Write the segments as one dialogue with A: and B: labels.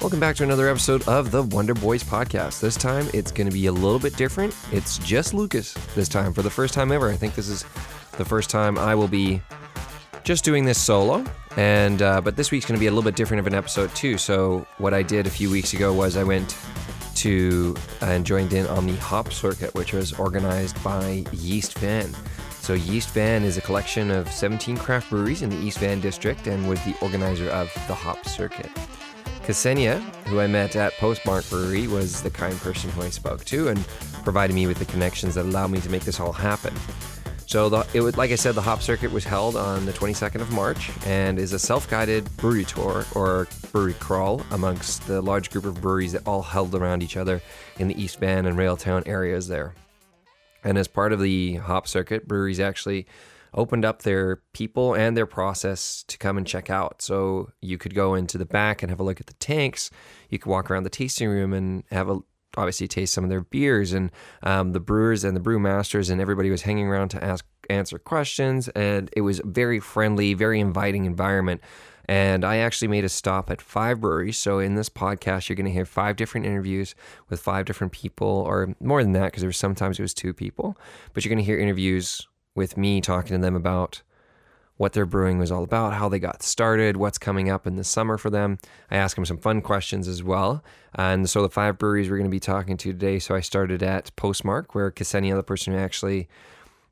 A: Welcome back to another episode of the Wonder Boys podcast. This time it's going to be a little bit different. It's just Lucas this time for the first time ever. I think this is the first time I will be just doing this solo. And uh, but this week's going to be a little bit different of an episode too. So what I did a few weeks ago was I went to uh, and joined in on the Hop Circuit, which was organized by Yeast Van. So Yeast Van is a collection of 17 craft breweries in the East Van district and was the organizer of the Hop Circuit. Ksenia, who I met at Postmark Brewery, was the kind person who I spoke to and provided me with the connections that allowed me to make this all happen. So the, it was, like I said, the Hop Circuit was held on the 22nd of March and is a self-guided brewery tour or brewery crawl amongst the large group of breweries that all held around each other in the East Van and Railtown areas there. And as part of the Hop Circuit, breweries actually opened up their people and their process to come and check out. So you could go into the back and have a look at the tanks. You could walk around the tasting room and have a obviously taste some of their beers. And um, the brewers and the brewmasters and everybody was hanging around to ask answer questions. And it was a very friendly, very inviting environment. And I actually made a stop at five breweries. So in this podcast, you're going to hear five different interviews with five different people, or more than that, because there was sometimes it was two people. But you're going to hear interviews with me talking to them about what their brewing was all about, how they got started, what's coming up in the summer for them. I asked them some fun questions as well. And so the five breweries we're going to be talking to today. So I started at Postmark, where Ksenia, the person who actually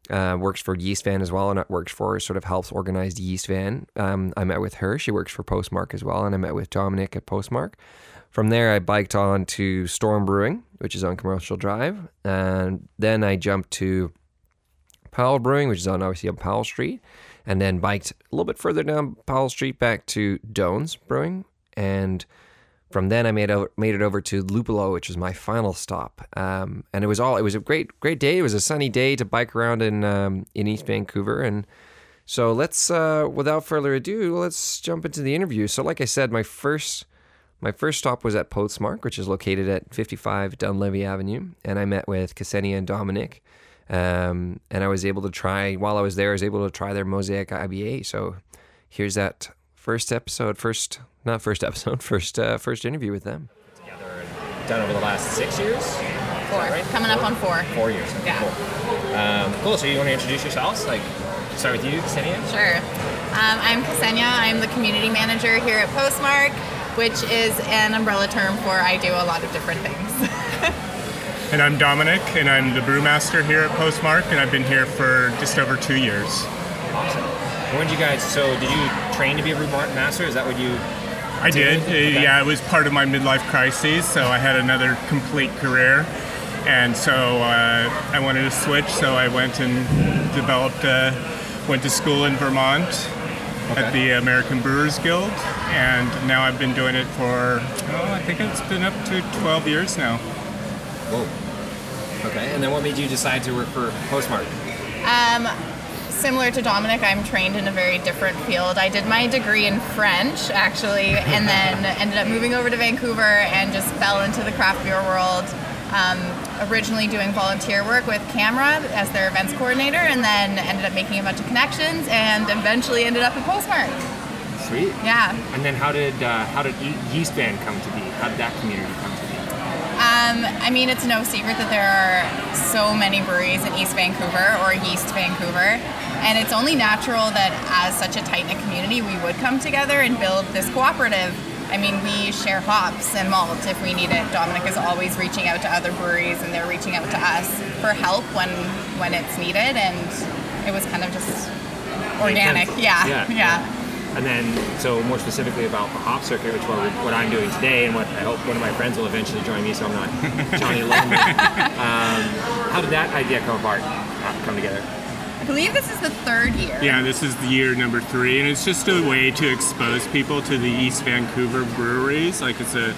A: uh, works for Yeast Van as well, and works for sort of helps organize Yeast Van. Um, I met with her. She works for Postmark as well, and I met with Dominic at Postmark. From there, I biked on to Storm Brewing, which is on Commercial Drive, and then I jumped to Powell Brewing, which is on obviously on Powell Street, and then biked a little bit further down Powell Street back to Doan's Brewing, and from then I made over, made it over to Lupolo, which was my final stop. Um, and it was all it was a great great day. It was a sunny day to bike around in um, in East Vancouver, and so let's uh, without further ado, let's jump into the interview. So, like I said, my first my first stop was at Postmark, which is located at 55 Dunleavy Avenue, and I met with Ksenia and Dominic. Um, and I was able to try while I was there. I was able to try their Mosaic IBA. So here's that first episode, first not first episode, first uh, first interview with them.
B: Together and done over the last six years. Is that
C: Four.
B: right?
C: Coming up on four.
B: Four years. Okay,
C: Yeah.
B: Cool. Um, cool. So you want to introduce yourselves? Like, start with you, Ksenia.
C: Sure. Um, I'm Ksenia. I'm the community manager here at Postmark, which is an umbrella term for I do a lot of different things.
D: And I'm Dominic, and I'm the brewmaster here at Postmark, and I've been here for just over two years.
B: Awesome. When did you guys? So did you train to be a brew mar- master? Is that what you?
D: I did,
B: Okay.
D: uh, yeah, it was part of my midlife crisis, so I had another complete career, and so uh, I wanted to switch, so I went and developed, uh, went to school in Vermont at the American Brewers Guild, and now I've been doing it for, oh, I think it's been up to 12 years now.
B: Whoa. Okay. And then what made you decide to work for Postmark?
C: Um, similar to Dominic, I'm trained in a very different field. I did my degree in French, actually, and then ended up moving over to Vancouver and just fell into the craft beer world. Um, originally doing volunteer work with Camera as their events coordinator, and then ended up making a bunch of connections, and eventually ended up at Postmark.
B: Sweet.
C: Yeah.
B: And then how did uh, how did Ye- Yeast Band come to be? How did that community come to be?
C: Um, I mean, it's no secret that there are so many breweries in East Vancouver or Yeast Vancouver, and it's only natural that as such a tight knit community, we would come together and build this cooperative. I mean, we share hops and malt if we need it. Dominic is always reaching out to other breweries, and they're reaching out to us for help when when it's needed, and it was kind of just organic.
B: sense.
C: Yeah,
B: Yeah,
C: yeah.
B: yeah. And then, so more specifically about the hop circuit, which what, what I'm doing today, and what I hope one of my friends will eventually join me, so I'm not Johnny Lonely. um, how did that idea come apart? uh, Come together?
C: I believe this is the third year.
D: Yeah, this is the year number three, and it's just a way to expose people to the East Vancouver breweries. Like it's a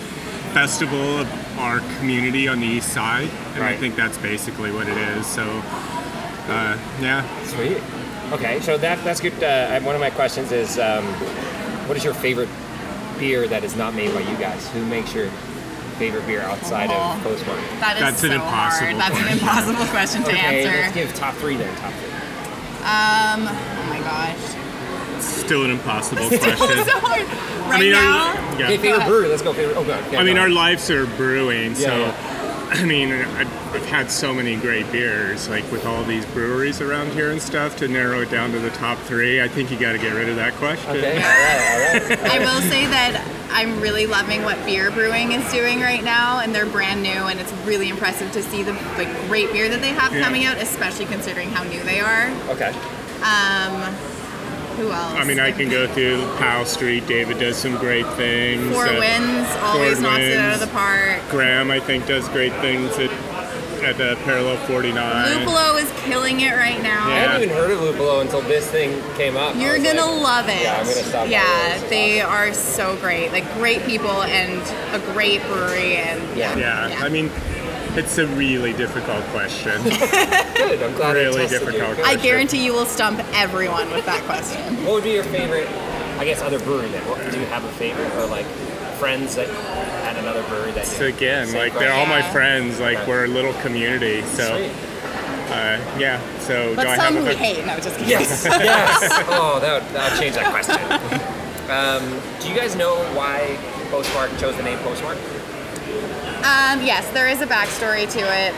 D: festival of our community on the east side, and
B: Right.
D: I think that's basically what it is. So, uh, yeah,
B: Sweet. Okay, so that that's good. Uh, I- one of my questions is, um, what is your favorite beer that is not made by you guys? Who makes your favorite beer outside
C: Oh.
B: of Postmark?
C: That is
D: That's
C: so
D: an impossible
C: hard. That's an impossible question to
B: okay,
C: answer.
B: let's give top three then. Top three.
C: Oh my Um, gosh.
D: still an impossible
C: Still so
D: question.
C: hard. Right
D: mean, are you-
C: now,
D: yeah.
A: Hey, favorite brewery. Let's go. Favorite. Oh god. Okay,
D: I mean,
A: go.
D: our lives are brewing, so
A: yeah.
D: I mean, I- I've had so many great beers, like with all these breweries around here and stuff. To narrow it down to the top three, I think you got to get rid of that question.
A: Okay. All right. All right.
C: I will say that I'm really loving what beer brewing is doing right now, and they're brand new, and it's really impressive to see the like great beer that they have
D: Yeah.
C: coming out, especially considering how new they are.
A: Okay.
C: Um, who else?
D: I mean, I can go through Powell Street. David does some great things.
C: Four
D: Uh,
C: wins always
D: Four
C: knocks it out of
D: Winds.
C: the park.
D: Graham, I think, does great things at at the Parallel 49.
C: Lupolo is killing it right now.
A: I
D: Yeah.
A: hadn't even heard of Lupolo until this thing came up. I
C: You're
A: was
C: gonna
A: like,
C: love it.
A: Yeah, I'm gonna stop. by
C: Yeah,
A: this.
C: they are so great. Like great people and a great brewery and
A: Yeah.
D: Yeah,
C: Yeah.
D: I mean, it's a really difficult question.
A: Good. I'm glad. I
D: really
A: tested you.
D: difficult.
C: I guarantee you will stump everyone with that question.
E: What would be your favorite, I guess, other brewery then? What, do you have a favorite or like friends that at another brewery that
D: So
E: you
D: again,
E: Same
D: like they're all my
C: Yeah.
D: friends. Like
E: Right.
D: we're a little community. So
A: Sweet.
D: uh, yeah. So do I
C: But
D: have
C: some
D: a
C: we hate. No, just kidding.
A: Oh, Yes. yes. Oh, that would, that would change that question. Um,
E: Do you guys know why Postmark chose the name Postmark?
C: Um, yes, there is a backstory to it.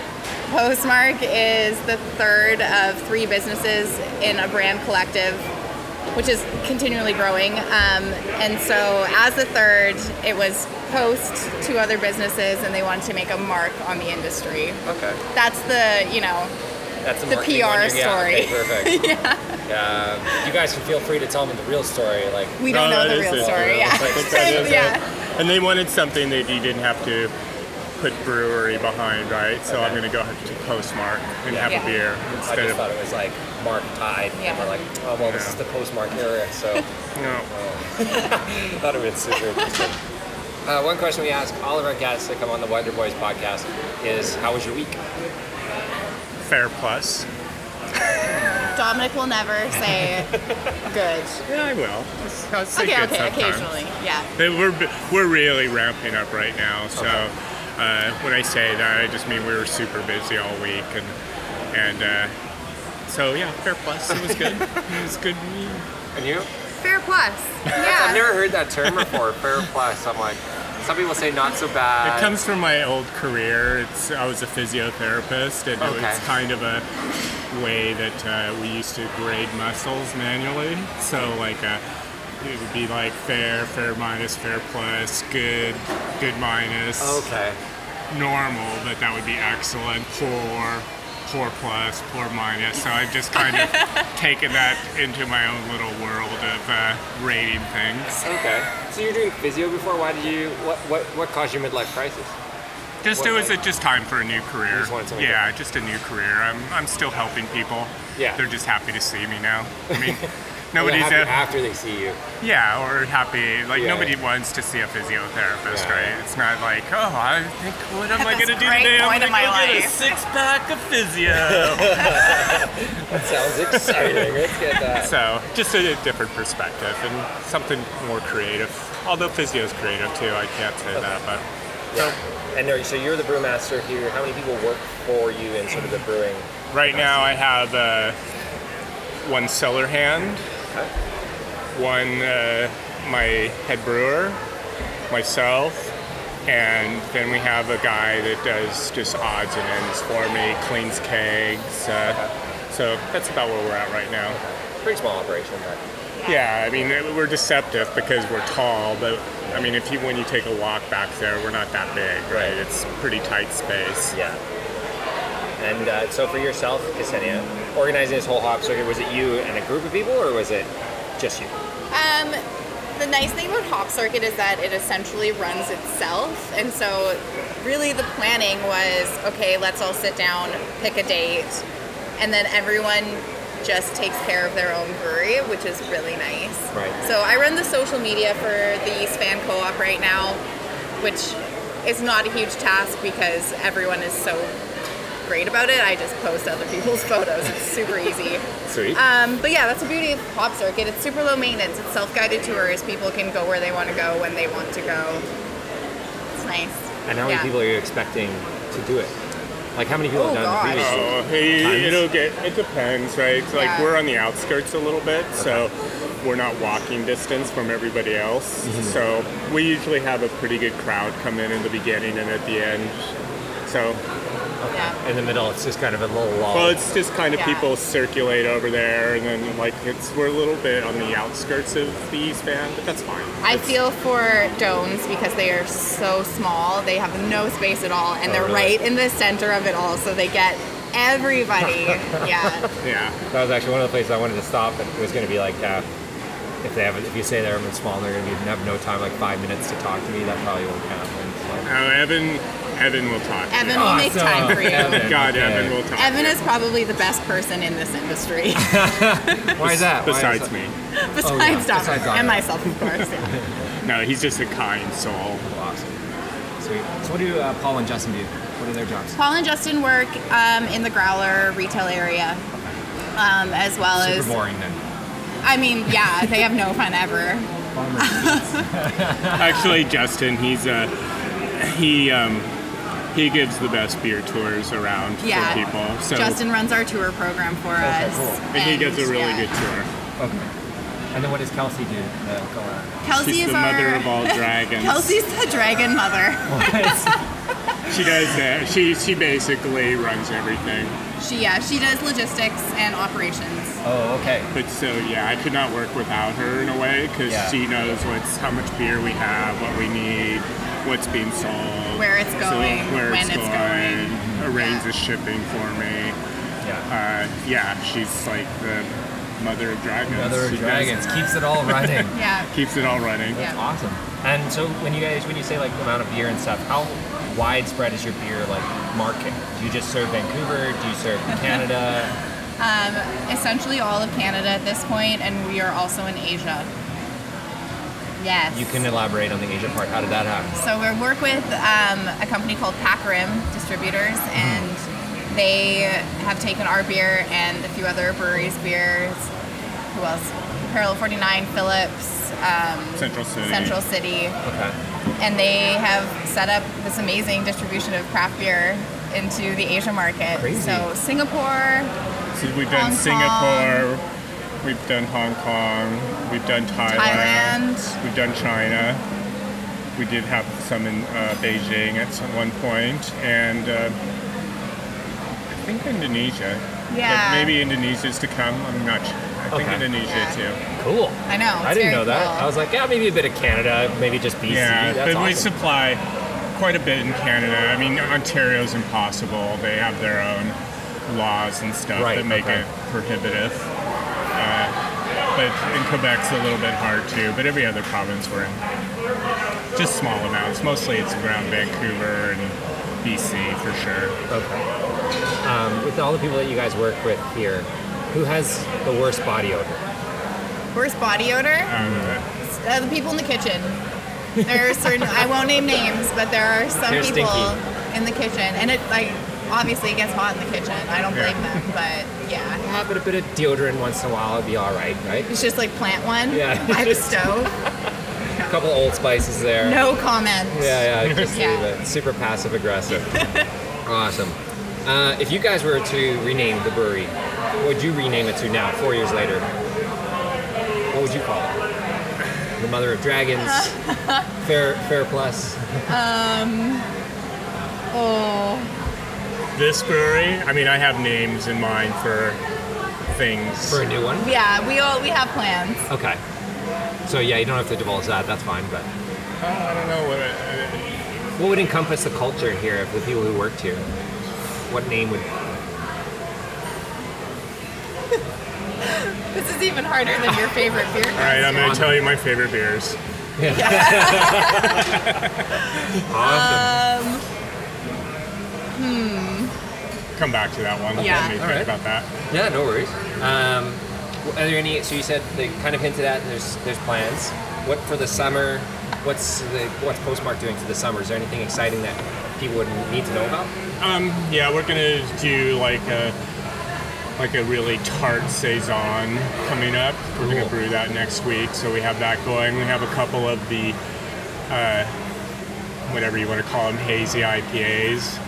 C: Postmark is the third of three businesses in a brand collective, which is continually growing. Um, and so, as the third, it was post to other businesses, and they wanted to make a mark on the industry.
A: Okay.
C: That's the, you know,
A: That's a
C: The
A: marketing
C: PR
A: one. Yeah, okay,
C: story.
A: perfect. yeah. you guys can feel free to tell them the real story. Like,
C: we don't
D: No,
C: know
D: that
C: the
D: is
C: real
D: it.
C: story. Yeah.
D: I think that is it.
C: yeah.
D: And they wanted something that you didn't have to put brewery behind, right? So I'm gonna go to Postmark and have
C: Yeah.
D: a beer
A: I
D: instead
A: just
D: of
A: thought it was like Mark Tide.
C: Yeah.
A: And we're like, oh well, this
D: Yeah.
A: is the Postmark era, so Oh.
D: no.
A: thought it was super interesting. Uh, one question we ask all of our guests that come on the Wonder Boys podcast is, "How was your week?"
D: Fair Plus.
C: Dominic will never say good.
D: Yeah, I will. It's- I'll say
C: Okay,
D: good
C: okay,
D: sometimes.
C: occasionally. Yeah.
D: They- We're we're really ramping up right now. So uh, when I say that, I just mean we were super busy all week, and and uh, so yeah, fair plus. It was good. it was good.
A: And you?
C: Fair plus. Yeah.
A: I've never heard that term before. Fair plus. I'm like, some people say not so bad.
D: It comes from my old career. It's I was a physiotherapist, and it
A: Okay.
D: was kind of a way that uh, we used to grade muscles manually. So like uh, it would be like fair, fair minus, fair plus, good, good minus.
A: okay.
D: normal, but that would be excellent. Poor, poor plus, poor minus. So I've just kind of taken that into my own little world of uh, rating things.
A: Okay. So you're doing physio before. Why did you? What what what caused your midlife crisis?
D: Just it was a, just time for a new career.
A: just wanted something
D: yeah, just a new career. I'm I'm still helping people.
A: Yeah.
D: They're just happy to see me now. I mean,
A: They're
D: nobody's
A: happy
D: uh,
A: after they see you.
D: Yeah, or happy. Like
A: Yeah,
D: nobody
A: yeah.
D: wants to see a physiotherapist,
A: Yeah.
D: right? It's not like, oh, I think what am I
C: That's
D: gonna do
C: great
D: today? I'm
C: point
D: gonna
C: of my
D: go get a
C: life."
D: six pack of physio.
A: That sounds exciting. Let's get that.
D: so just a, different perspective and something more creative. Although physio's creative too, I can't say that, but
A: And are- so you're the brewmaster here. How many people work for you in sort of the brewing?
D: Right now, I have uh, one cellar hand, one uh, my head brewer, myself, and then we have a guy that does just odds and ends for me, cleans kegs. Uh, so that's about where we're at right now.
A: Pretty small operation, but
D: Yeah, I mean we're deceptive because we're tall, but I mean if you when you take a walk back there, we're not that big, right?
A: Right.
D: It's pretty tight space.
A: yeah. And uh, so for yourself, Ksenia, organizing this whole hop circuit, was it you and a group of people, or was it just you?
C: Um, the nice thing about Hop Circuit is that it essentially runs itself, and so really the planning was okay. Let's all sit down, pick a date, and then everyone just takes care of their own brewery, which is really nice.
A: Right.
C: So I run the social media for the East Fan Co-op right now, which is not a huge task because everyone is so great about it. I just post other people's photos. It's super easy.
A: Sweet.
C: Um, but yeah, that's the beauty of Hop Circuit. It's super low maintenance. It's self-guided tours. People can go where they want to go when they want to go. It's nice.
E: And how many
C: Yeah.
E: people are you expecting to do it? Like how many people
C: Oh,
E: have
C: gosh.
E: done it previously?
D: Oh, hey, it'll get. It depends, right? It's Like
C: Yeah.
D: we're on the outskirts a little bit, so we're not walking distance from everybody else. So we usually have a pretty good crowd come in in the beginning and at the end. So
C: Yeah.
A: In the middle, it's just kind of a little lull.
D: well, it's just kind of
C: Yeah.
D: people circulate over there, and then like it's we're a little bit on the outskirts of the East Band, but that's fine.
C: I
D: It's-
C: feel for domes because they are so small. They have no space at all, and
A: Oh,
C: they're
A: really?
C: right in the center of it all, so they get everybody. yeah.
D: yeah,
A: that was actually one of the places I wanted to stop, but it was going to be like, uh, if they have, if you say they're even small, they're going to have no time, like five minutes to talk to me. That probably won't count. And it's like,
D: Uh, Evan, Evan will talk. to
C: Evan
D: you.
C: will make time for you.
A: Awesome.
D: God,
A: Okay.
D: Evan will talk.
C: Evan
D: to
C: is probably the best person in this industry,
D: Oh,
A: Why is that?
D: you.
A: Why is
D: Besides
A: that?
D: me,
C: besides
A: Oh, yeah,
C: Dom
A: besides Dom.
C: and myself, of course. Yeah.
D: no, he's just a kind soul.
A: Awesome. Sweet. So what do uh, Paul and Justin do? What are their jobs?
C: Paul and Justin work um, in the Growler retail area, um, as well as
A: Super boring then.
C: I mean, yeah, they have no fun ever.
D: Actually, Justin, he's uh, he um, he gives the best beer tours around
C: Yeah.
D: for people. So
C: Justin runs our tour program for us.
A: cool.
D: and he gets a really
C: yeah.
D: good tour.
A: Okay. And then what does Kelsey do? Uh, go out.
C: Kelsey
D: She's
C: is
D: the
C: our
D: mother of all dragons.
C: Kelsey's the dragon mother.
D: She does that. She she basically runs everything.
C: She yeah, she does logistics and operations.
A: oh, okay.
D: But so yeah, I could not work without her in a way because
A: Yeah.
D: she knows what's how much beer we have, what we need, what's being sold,
C: Where it's going,
D: where
C: when
D: it's,
C: it's
D: going, arrange the shipping for me.
A: Yeah.
D: Uh, yeah, she's like the mother of dragons.
A: Mother
D: She does-
A: of Dragons keeps it all running.
C: Yeah.
D: keeps it all running.
C: Yeah.
A: Awesome. And so when you guys, when you say like amount of beer and stuff, how widespread is your beer like market? Do you just serve Vancouver? Do you serve Canada?
C: Um, Essentially all of Canada at this point and we are also in Asia. Yes.
A: You can elaborate on the Asia part. How did that happen?
C: So we work with um, a company called Packrim Distributors,
A: Mm-hmm.
C: and they have taken our beer and a few other breweries' beers. Who else? Parallel 49, Phillips, um,
D: Central City.
C: Central City,
A: Okay.
C: and they have set up this amazing distribution of craft beer into the Asia market.
A: Crazy.
C: So Singapore,
D: So we've done
C: Hong
D: Singapore, we've done Hong Kong, we've done Thailand,
C: Thailand.
D: we've done China. We did have some in uh, Beijing at some one point, and uh, I think Indonesia.
C: Yeah.
D: But maybe Indonesia's to come. I'm not sure. I think
A: Okay.
D: Indonesia
C: Yeah.
D: too.
A: Cool.
C: I know,
A: I
C: it's
A: didn't
C: very
A: know that.
C: cool.
A: I was like, yeah, maybe a bit of Canada, maybe just BC.
D: Yeah,
A: That's
D: but we
A: awesome.
D: supply quite a bit in Canada. I mean, Ontario's impossible. They have their own laws and stuff
A: Right,
D: that make
A: okay.
D: it prohibitive. Uh, but in Quebec's a little bit hard too. But every other province we're in, just small amounts. Mostly it's around Vancouver and BC for sure.
A: um, with all the people that you guys work with here, who has the worst body odor?
C: worst body odor.
D: Um,
C: uh, the people in the kitchen. There are certain I won't name names, but there are some
A: They're
C: people
A: stinky.
C: in the kitchen, and it like obviously it gets hot in the kitchen. I don't
D: Yeah.
C: blame them, but yeah,
A: Yeah, but a bit of deodorant once in a while would be all right, right?
C: it's just like plant one
A: Yeah.
C: by the stove.
A: A couple old spices there.
C: No comment.
A: Yeah, yeah, just
C: Yeah.
A: leave it. Super passive aggressive. awesome. Uh, if you guys were to rename the brewery, what would you rename it to now, four years later? What would you call it? The Mother of Dragons,
C: Uh.
A: Fair Fair Plus.
C: Um, Oh,
D: this brewery, I mean, I have names in mind for things.
A: for a new one.
C: yeah. We all we have plans.
A: Okay. So yeah, you don't have to divulge that. That's fine. But
D: Oh, I don't know what. I,
A: what would encompass the culture here of the people who worked here? What name would?
C: This is even harder than your favorite beer.
D: all right, I'm going
A: Awesome.
D: to tell you my favorite beers.
A: Awesome.
C: Um, hmm.
D: Come back to that one.
C: Yeah.
D: Let me think
A: All right.
D: about that.
A: yeah, no worries. Um, w- are there any? So you said they kind of hinted at. There's there's plans. What for the summer? What's the what's Postmark doing for the summer? Is there anything exciting that people would need to know about?
D: Um, yeah, we're gonna do like a like a really tart saison coming up. We're
A: Cool.
D: gonna brew that next week, so we have that going. We have a couple of the uh, whatever you want to call them hazy IPAs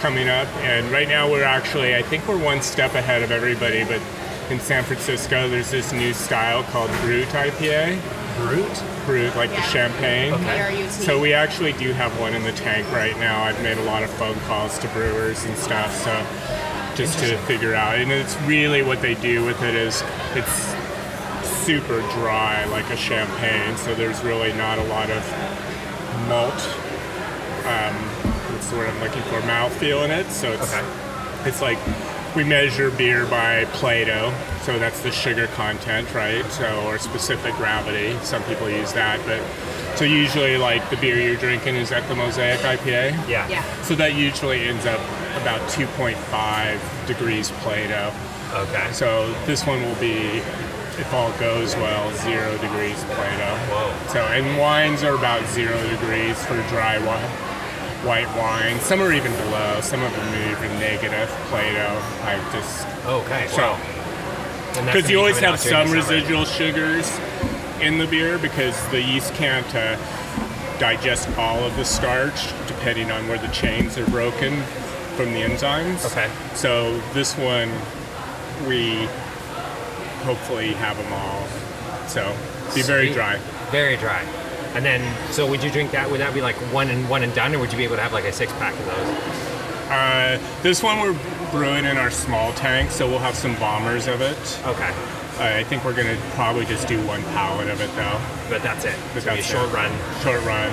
D: coming up, and right now we're actually I think we're one step ahead of everybody, but in San Francisco, there's this new style called Brute IPA.
A: Brute?
D: Brute, like the
C: Yeah.
D: champagne.
C: BRUT.
D: So we actually do have one in the tank right now. I've made a lot of phone calls to brewers and stuff, so just to figure out. And it's really what they do with it is it's super dry, like a champagne. So there's really not a lot of malt. Um, what's the word I'm looking for? Mouthfeel in it. So it's
A: Okay.
D: it's like we measure beer by Plato, so that's the sugar content, right? So or specific gravity. Some people use that, but so usually like the beer you're drinking is at the Mosaic IPA.
A: Yeah.
C: Yeah.
D: So that usually ends up about 2.5 degrees Plato.
A: Okay. So
D: So this one will be, if all goes well, zero degrees Plato.
A: Whoa.
D: So and wines are about zero degrees for dry wine, white wine. Some are even below. Some of them are even negative Plato. I just
A: okay.
D: So-
A: Wow.
D: because you always have some residual sugars in the beer because the yeast can't uh, digest all of the starch depending on where the chains are broken from the enzymes.
A: Okay.
D: So this one, we hopefully have them all. So be very
A: Sweet.
D: dry.
A: Very dry. And then, so would you drink that? Would that be like one and one and done, or would you be able to have like a six pack of those?
D: Uh, this one we're brewing in our small tank, so we'll have some bombers of it. Uh,
A: Okay.
D: I think we're gonna probably just do one pallet of it though.
A: But that's it.
D: But
A: It's gonna be a
D: that's
A: short
D: it.
A: run.
D: short run,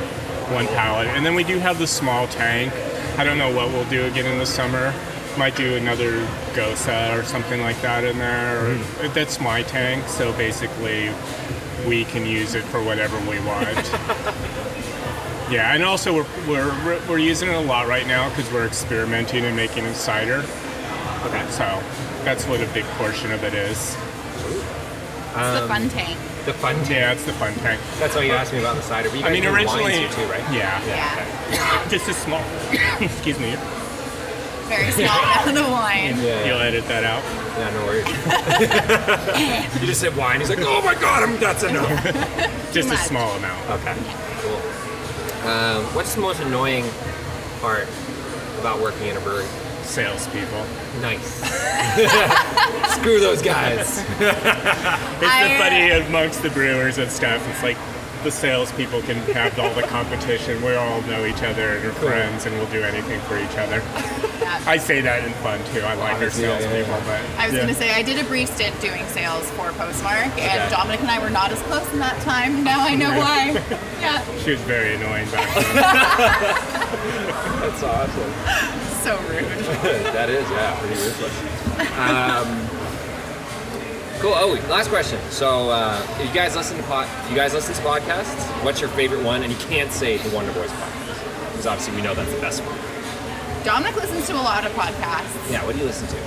D: one pallet. And then we do have the small tank. I don't know what we'll do again in the summer. Might do another Gosa or something like that in there. Or
A: Hmm.
D: That's my tank, so basically we can use it for whatever we want. yeah, and also we're, we're, we're using it a lot right now because we're experimenting and making it cider.
A: Okay.
D: So that's what a big portion of it is. Um,
C: It's the
A: Um,
C: fun tank.
A: The fun tank.
D: Yeah, it's the fun tank.
A: That's why you asked me about the cider. But you
D: I
A: guys
D: mean,
A: do wines
D: originally,
A: here too, right?
D: yeah,
C: Yeah.
D: just a small. excuse me.
C: Very small amount of wine.
D: You'll edit that out.
A: Yeah, no worries. you just said wine. He's like, oh my god, I'm, that's enough.
D: Just a
C: much.
D: small amount.
A: okay, cool. Um, what's the most annoying part about working in a brewery?
D: Salespeople.
A: Nice. Screw those guys.
D: It's
C: I- uh,
D: the funny amongst the brewers and stuff. It's like the salespeople can have all the competition. We all know each other and are friends, and we'll do anything for each other. I say that in fun too. I like our
A: Obviously, yeah, yeah,
D: salespeople, but
C: I was
D: yeah.
C: gonna say I did a brief stint doing sales for Postmark,
A: Okay.
C: and Dominic and I were not as close in that time. Now I know why. Yeah,
D: she was very annoying back then.
A: That's awesome.
C: so rude.
A: that is, yeah, pretty ruthless. Um, cool. Oh, last question. So, uh, if you guys listen to pod, if you guys listen to podcasts, what's your favorite one? And you can't say the Wonder Boys podcast because obviously we know that's the best one.
C: Dominic listens to a lot of podcasts.
A: Yeah. What do you listen to?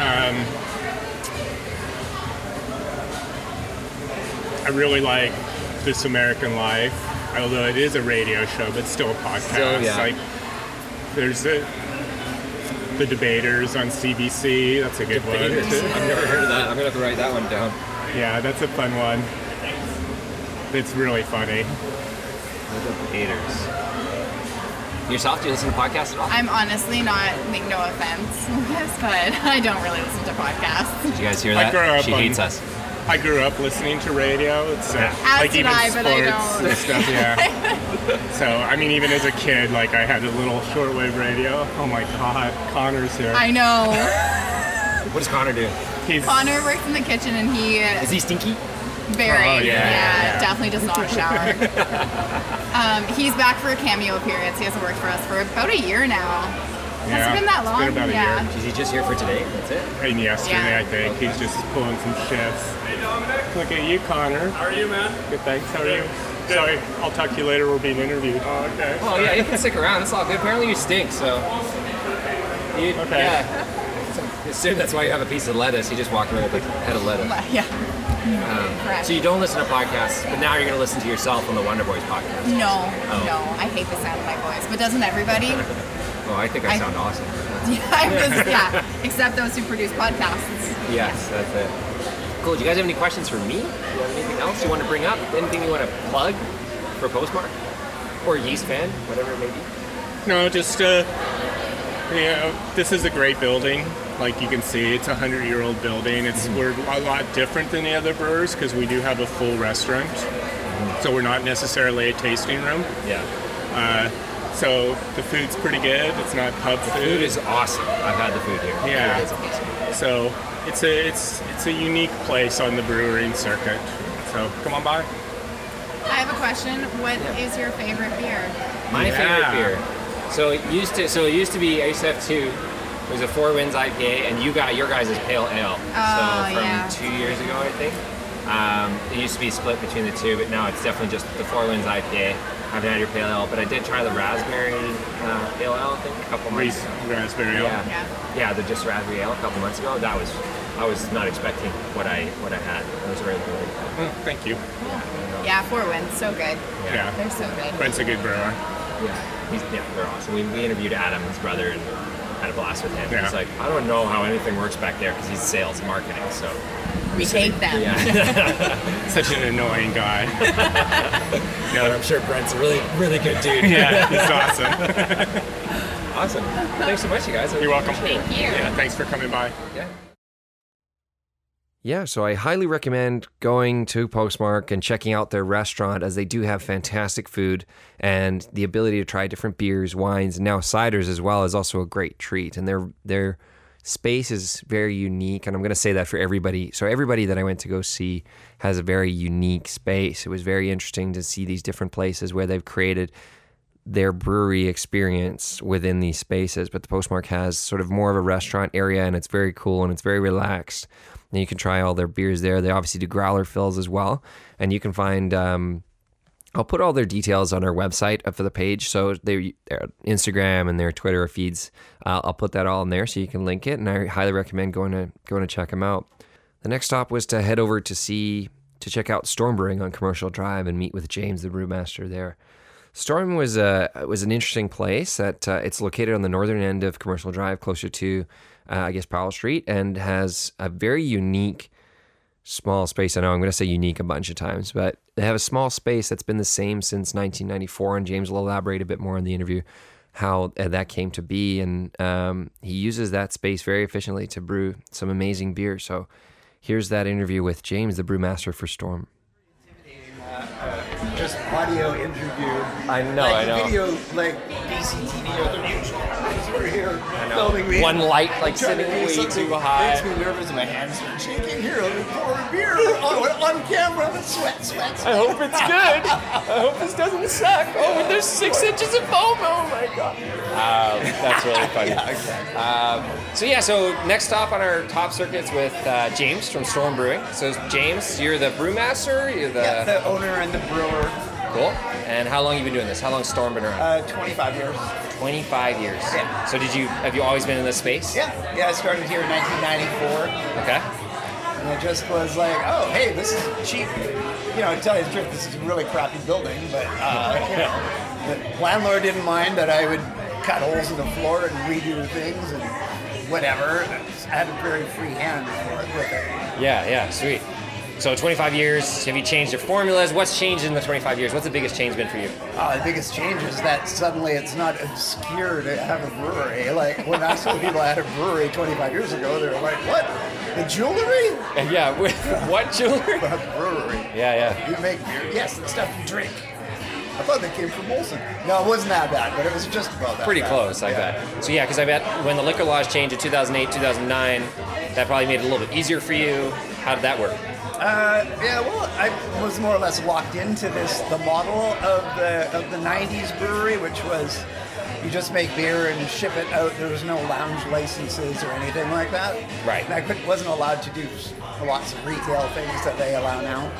D: Um, I really like This American Life, although it is a radio show, but still a podcast.
A: Still, yeah.
D: Like there's a, the debaters on CBC. That's a good
A: Debaters.
D: one.
A: I've never heard of that. I'm gonna have to write that one down.
D: Yeah, that's a fun one. It's really funny.
A: Debaters. Yourself? Do you listen to podcasts at all?
C: I'm honestly not like no offense, Lucas, but I don't really listen to podcasts.
A: Did you guys hear
D: I
A: that?
D: grew up
A: she
D: on-
A: hates us.
D: I grew up listening to radio. It's uh,
C: As
D: like
C: did
D: even
C: I,
D: sports
C: but I don't.
D: and stuff. Yeah. so I mean, even as a kid, like I had a little shortwave radio. Oh my God, Connor's here.
C: I know.
A: What does Connor do?
D: He's
C: Connor works in the kitchen, and he
A: Is he stinky?
C: Very,
D: Oh, yeah,
C: yeah,
D: yeah, yeah.
C: definitely does not shower. um, he's back for a cameo appearance. He hasn't worked for us for about a year now. Has
D: yeah,
C: it been that long?
D: It's been about
C: yeah.
D: a year.
A: Is he just here for today? That's it.
D: And yesterday,
C: Yeah.
D: I think he's just pulling some shifts. Hey, Dominic. Look at you, Connor. How are you, man? Good, thanks. How are you? Sorry, I'll talk to you later. We're being interviewed. Oh, okay.
A: Oh yeah, you can stick around. It's all good. Apparently you stink, so. You,
D: Okay.
A: Yeah. I assume that's why you have a piece of lettuce. You just walked around with a head of lettuce. Um,
C: Le- Yeah.
D: Um,
C: Correct.
A: So you don't listen to podcasts, but now you're gonna listen to yourself on the Wonder Boys podcast.
C: no,
D: Oh.
C: no, I hate the sound of my voice, but doesn't everybody?
A: Oh, I think I
C: I-
A: sound awesome.
C: Yeah, I was, yeah, except those who produce podcasts.
A: Yes, that's it. Cool. Do you guys have any questions for me? Do you have anything else you want to bring up? Anything you want to plug for Postmark or Yeast Fan, whatever it may be?
D: No, just uh, you know, this is a great building. Like you can see, it's a hundred-year-old building. It's
F: Mm-hmm.
D: we're a lot different than the other brewers because we do have a full restaurant,
F: Mm-hmm.
D: so we're not necessarily a tasting room. Uh,
F: Yeah.
D: So the food's pretty good. It's not pub
F: Food
D: food.
F: is awesome. I've had the food here.
D: Yeah.
F: It is awesome.
D: so it's a it's it's a unique place on the brewing circuit. So come on by.
C: I have a question. What is your favorite beer?
F: My
D: Yeah.
F: favorite beer. So it used to. So it used to be. I used to have two. It was a Four Winds IPA, and you got your guys' pale ale.
D: Uh,
F: so
C: Oh,
F: Uh, from
C: yeah.
F: two years ago, I think. Um, it used to be split between the two, but now it's definitely just the Four Winds IPA. I haven't had your pale ale, but I did try the raspberry uh, pale ale. I think a couple months.
D: Reese Raspberry Ale.
F: Yeah. yeah, the just raspberry ale a couple months ago. That was. I was not expecting what I what I had. It was really good.
D: Mm, thank you.
C: Yeah, Four Winds, so good.
D: Yeah.
C: They're so good.
D: Brent's a good brewer.
F: Yeah, he's, yeah, they're awesome. We, we interviewed Adam, his brother, and had a blast with him.
D: Yeah.
F: He's like, I don't know how anything works back there because he's sales and marketing. So
C: We take them.
F: yeah,
D: Such an annoying guy.
F: I'm sure Brent's a really, really good dude.
D: yeah, he's awesome.
F: awesome. Thanks so much, you guys. I
D: You're welcome.
F: appreciate it.
C: Thank you.
D: Yeah, thanks for coming by.
F: Yeah.
A: Yeah, so I highly recommend going to Postmark and checking out their restaurant as they do have fantastic food and the ability to try different beers, wines, and now ciders as well is also a great treat. And their their space is very unique, and I'm going to say that for everybody. So everybody that I went to go see has a very unique space. It was very interesting to see these different places where they've created their brewery experience within these spaces. But the Postmark has sort of more of a restaurant area and it's very cool and it's very relaxed. And you can try all their beers there. They obviously do growler fills as well. And you can find, um, I'll put all their details on our website up for the page. So their, their Instagram and their Twitter feeds, uh, I'll put that all in there so you can link it. And I highly recommend going to going to check them out. The next stop was to head over to see to check out Storm Brewing on Commercial Drive and meet with James, the brewmaster there. Storm was a was an interesting place that uh, it's located on the northern end of Commercial Drive, closer to uh, I guess Powell Street, and has a very unique small space. I know I'm going to say unique a bunch of times, but they have a small space that's been the same since 1994. And James will elaborate a bit more in the interview how uh, that came to be, and um, he uses that space very efficiently to brew some amazing beer. So here's that interview with James, the brewmaster for Storm.
G: just audio interview.
A: I know,
G: like
A: I know.
G: Video, like BCTV or the news channels were here filming me.
A: One light, like,
G: Trying to
A: sitting
G: do
A: way
G: something
A: too high.
G: Makes me nervous. My hands are shaking. Here, let me pour a beer on, on camera. I'm sweat, sweat, sweat.
B: I hope it's good. I hope this doesn't suck. Oh, and there's six inches of foam. Oh my god.
F: Um, That's really funny. Um,
G: Yeah, exactly.
F: So yeah, so next stop on our top circuits with uh, James from Storm Brewing. So James, you're the brewmaster. You're the
G: Yeah, the owner and the brewer.
F: cool. And how long you been doing this? How long Storm been around?
G: Uh, 25 years.
F: 25 years.
G: yeah.
F: So did you have you always been in this space?
G: Yeah, yeah. I started here in 1994,
F: Okay.
G: and I just was like, oh, hey, this is cheap. You know, to tell you the truth, this is a really crappy building, but uh, you know. The landlord didn't mind that I would cut holes in the floor and redo things and whatever. I had a very free hand for it with it.
F: Yeah, yeah, sweet. So 25 years, have you changed your formulas? What's changed in the 25 years? What's the biggest change been for you?
G: Uh, the biggest change is that suddenly it's not obscure to have a brewery. Like when I saw people had a brewery 25 years ago, they were like, "What? The jewelry?
F: yeah, uh, with what jewelry?
G: A brewery?
F: Yeah, yeah.
G: You make beer? Yes, the stuff you drink." I thought they came from Molson. No, it wasn't that bad, but it was just about that.
F: Pretty
G: bad.
F: close, I
G: Yeah.
F: bet. So yeah, because I bet when the liquor laws changed in 2008, 2009, that probably made it a little bit easier for you. How did that work?
G: Uh, yeah, well, I was more or less locked into this the model of the of the '90s brewery, which was you just make beer and ship it out. There was no lounge licenses or anything like that.
F: Right.
G: And I could, wasn't allowed to do s- lots of retail things that they allow now.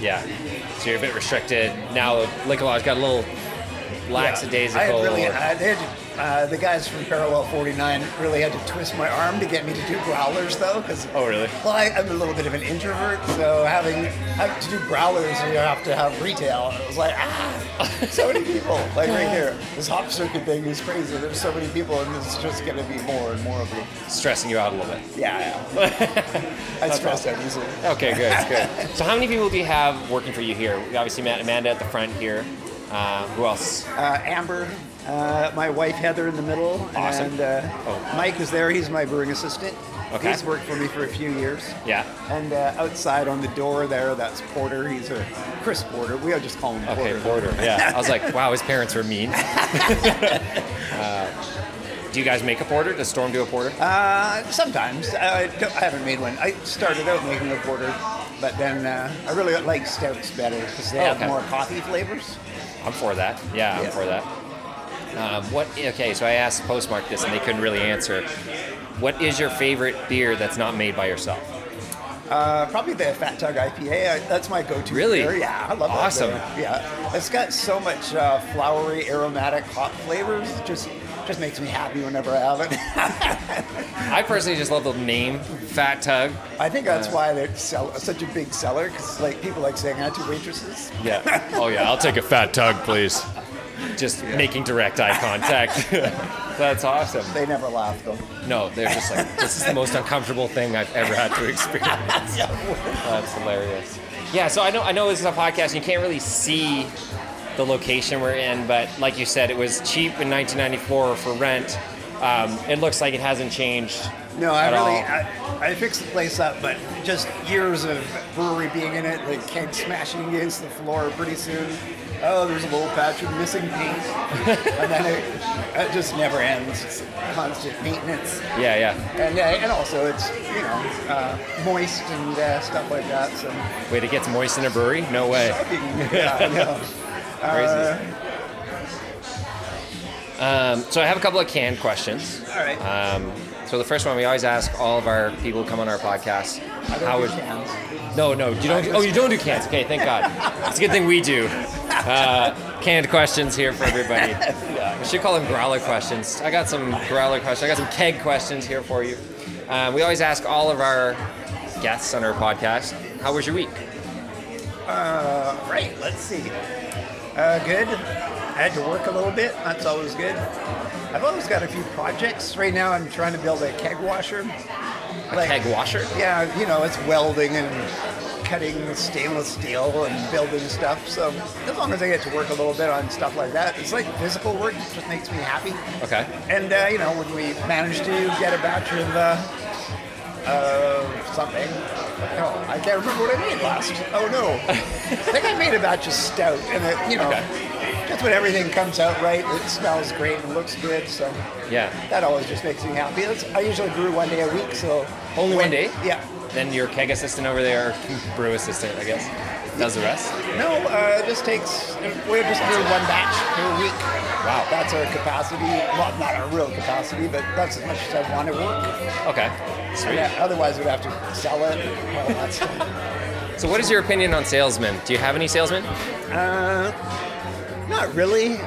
F: Yeah. So you're a bit restricted. Now liquor laws got a little lackadaisical.
G: I had really,
F: or-
G: I, they had, to- uh, the guys from Parallel 49 really had to twist my arm to get me to do growlers, though, because
F: Oh, really?
G: Well, I, I'm a little bit of an introvert, so having have to do growlers, you have to have retail. And it was like, ah, so many people, like right here. This hop circuit thing is crazy. There's so many people, and it's just going to be more and more of them.
F: stressing you out a little bit.
G: Yeah, yeah. I stress out easily.
F: Okay, good, good. so how many people do you have working for you here? We obviously met Amanda at the front here.
A: Uh, who else?
G: Uh, Amber, uh, my wife Heather in the middle,
A: Awesome.
G: and uh,
A: Oh.
G: Mike is there. He's my brewing assistant.
A: Okay.
G: He's worked for me for a few years.
A: Yeah.
G: And uh, outside on the door there, that's Porter. He's a Chris Porter. We all just call him Porter.
A: Okay, Porter. Yeah. I was like, wow, his parents were mean. uh, do you guys make a porter? Does Storm do a porter?
G: Uh, sometimes I, don't, I haven't made one. I started out making a porter, but then uh, I really like stouts better because they
A: Oh,
G: have
A: okay.
G: more coffee flavors.
A: I'm for that. Yeah, I'm
G: Yeah.
A: for that. Um, what? Okay, so I asked Postmark this, and they couldn't really answer. What is your favorite beer that's not made by yourself?
G: Uh, probably the Fat Tug IPA. I, that's my go-to.
A: Really?
G: beer. Yeah, I love
A: Awesome.
G: that. beer. Yeah, it's got so much uh, flowery, aromatic, hop flavors. It just just makes me happy whenever I have it.
A: I personally just love the name Fat Tug. Uh,
G: I think that's why they're sell- such a big seller because like people like saying that to waitresses.
A: Yeah. Oh yeah, I'll take a Fat Tug, please. Just making direct eye contact. that's awesome.
G: They never laugh though.
A: No, they're just like, this is the most uncomfortable thing I've ever had to experience. That's hilarious. Yeah, so I know I know this is a podcast and you can't really see the location we're in, but like you said, it was cheap in 1994 for rent. Um, it looks like it hasn't changed.
G: No, I
A: at
G: really
A: all.
G: I, I fixed the place up, but just years of brewery being in it, like kegs smashing against the floor. Pretty soon, oh, there's a little patch of missing paint, and then it, it just never ends. It's constant maintenance,
A: yeah, yeah.
G: and uh, and also it's you know uh, moist and uh, stuff like that. So
A: Wait, it gets moist in a brewery? No way.
G: yeah, I know. Uh,
A: Crazy. um, so I have a couple of canned questions.
G: All right.
A: Um, so the first one we always ask all of our people who come on our podcast,
G: I don't
A: how
G: do
A: would
G: cans.
A: No, no, you don't. Oh, you don't do cans. Okay, thank God. It's a good thing we do. Uh, canned questions here for everybody. We should call them growler questions. I got some growler questions. I got some keg questions here for you. Um, we always ask all of our guests on our podcast, "How was your week?"
G: All right, let's see. Uh, good. I had to work a little bit. That's always good. I've always got a few projects. Right now, I'm trying to build a keg washer. Like,
A: Keg washer.
G: Yeah, you know, it's welding and cutting stainless steel and building stuff. So as long as I get to work a little bit on stuff like that, it's like physical work. It just makes me happy.
A: Okay.
G: And uh, you know, when we managed to get a batch of uh, uh, something, oh, I can't remember what I made last. Oh no, I think I made a batch of stout, and it, you know,
A: Okay.
G: just when everything comes out right, it smells great and looks good. So
A: Yeah.
G: that always just makes me happy. That's, I usually brew one day a week, so
A: Only one day?
G: Yeah.
A: Then your keg assistant over there, brew assistant, I guess, does the rest.
G: No, uh, this takes we just brew one batch per week.
A: Wow.
G: That's our capacity. Well, not our real capacity, but that's as much as I want to work.
A: Okay. Sweet.
G: Yeah, otherwise we'd have to sell it. and all that stuff.
A: So, what is your opinion on salesmen? Do you have any salesmen?
G: Uh. Not really.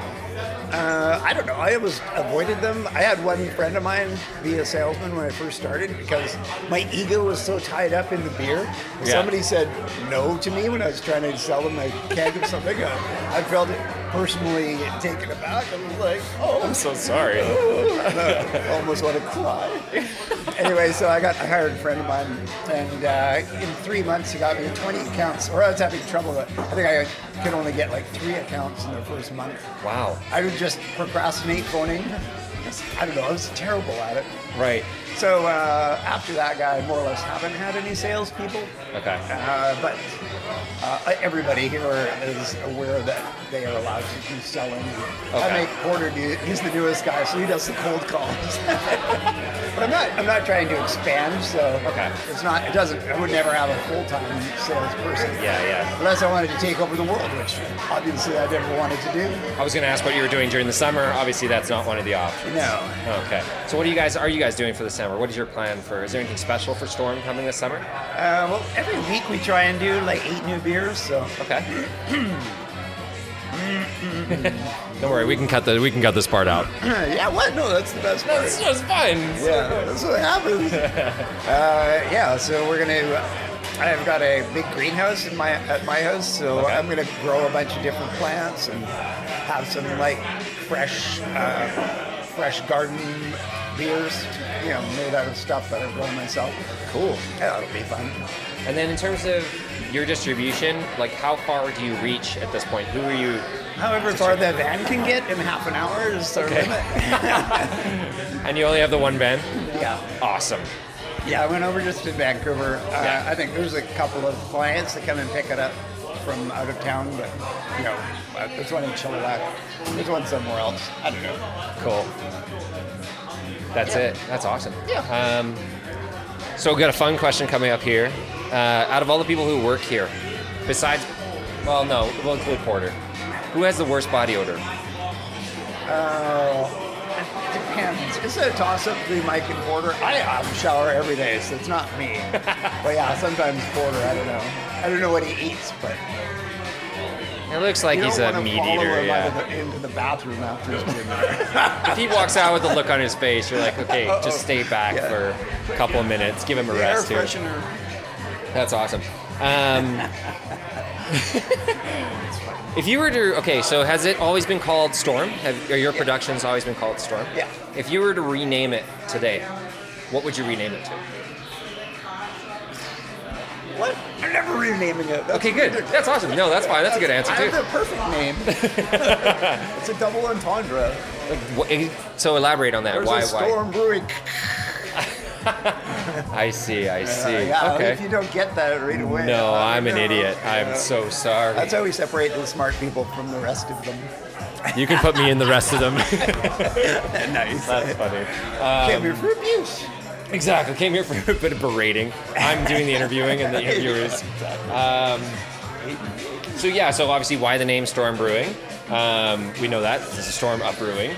G: Uh, I don't know. I always avoided them. I had one friend of mine be a salesman when I first started because my ego was so tied up in the beer. If
A: Yeah.
G: Somebody said no to me when I was trying to sell them a keg of something. I, I felt personally taken aback. I was like, oh, I'm
A: so sorry.
G: I almost want to cry. anyway, so I got I hired a friend of mine, and uh, in three months he got me 20 accounts. Or I was having trouble. With, I think I could only get like three accounts in the first month.
A: Wow.
G: I would just procrastinate phoning. Just- I don't know. I was terrible at it.
A: Right.
G: So uh, after that guy, I more or less haven't had any salespeople.
A: Okay.
G: Uh, but uh, everybody here is aware that they are allowed to do selling.
A: Okay.
G: I make Porter do. He's the newest guy, so he does the cold calls. but I'm not. I'm not trying to expand. So
A: Okay.
G: it's not. It doesn't. I would never have a full time salesperson.
A: Yeah, yeah.
G: Unless I wanted to take over the world, which obviously I never wanted to do.
A: I was going to ask what you were doing during the summer. Obviously, that's not one of the options.
G: No.
A: Okay. So, what do you guys are you guys doing for the summer? What is your plan for? Is there anything special for Storm coming this summer?
G: Uh, well, every week we try and do like eight new beers. So
A: Okay. Don't worry, we can cut the we can cut this part out.
G: yeah, what? No, that's the best part.
A: It's, it's fine.
G: Yeah, that's what happens. uh, yeah, so we're gonna. I've got a big greenhouse in my at my house, so
A: Okay.
G: I'm gonna grow a bunch of different plants and have some like fresh, uh, fresh garden beers, you know, made out of stuff that I've grown myself.
A: Cool.
G: Yeah, that'll be fun.
A: And then in terms of your distribution, like how far do you reach at this point? Who are you?
G: However far that van can get in half an hour is our
A: Okay.
G: limit.
A: And you only have the one band?
G: Yeah.
A: Awesome.
G: Yeah, I went over just to Vancouver. Uh,
A: Yeah.
G: I think there's a couple of clients that come and pick it up from out of town, but you know, uh, there's one in Chilliwack, there's one somewhere else. I don't know.
A: Cool. That's
H: Yeah.
A: it. That's awesome.
H: Yeah.
A: Um, so we got a fun question coming up here. Uh, out of all the people who work here, besides, well, no, we'll include Porter. Who has the worst body odor?
G: Uh, Depends. It's a toss up between Mike and Porter. I um, shower every day, so it's not me. but yeah, sometimes Porter. I don't know. I don't know what he eats, but
A: It looks like
G: you
A: he's
G: don't
A: a
G: want to
A: meat
G: follow
A: eater.
G: him
A: Yeah.
G: out of the, into the bathroom after he's been there.
A: if he walks out with a look on his face, you're like, okay, just stay back
G: Yeah.
A: for a couple of minutes, give him a
G: Air
A: rest here.
G: freshener.
A: That's awesome. Um, if you were to, okay, so has it always been called Storm? Have, are your productions always been called Storm?
G: Yeah.
A: If you were to rename it today, what would you rename it to?
G: What? I'm never renaming it. That's
A: Okay, good. That's awesome. No, that's fine. That's a good answer
G: I
A: too.
G: have the perfect name. it's a double entendre.
A: Like, wh- eh, so elaborate on that.
G: There's
A: why?
G: a storm brewing.
A: Why? I see. I see.
G: Yeah,
A: okay.
G: if you don't get that right away.
A: no,
G: uh,
A: I'm an
G: you know,
A: idiot.
G: you
A: I'm
G: know.
A: so sorry.
G: That's how we separate the smart people from the rest of them.
A: you can put me in the rest of them.
G: nice.
A: that's funny. Um,
G: Came here for abuse.
A: Exactly. Came here for a bit of berating. I'm doing the interviewing, and the interviewers. Um, so yeah. So obviously, why the name Storm Brewing? Um, we know that it's a storm up brewing.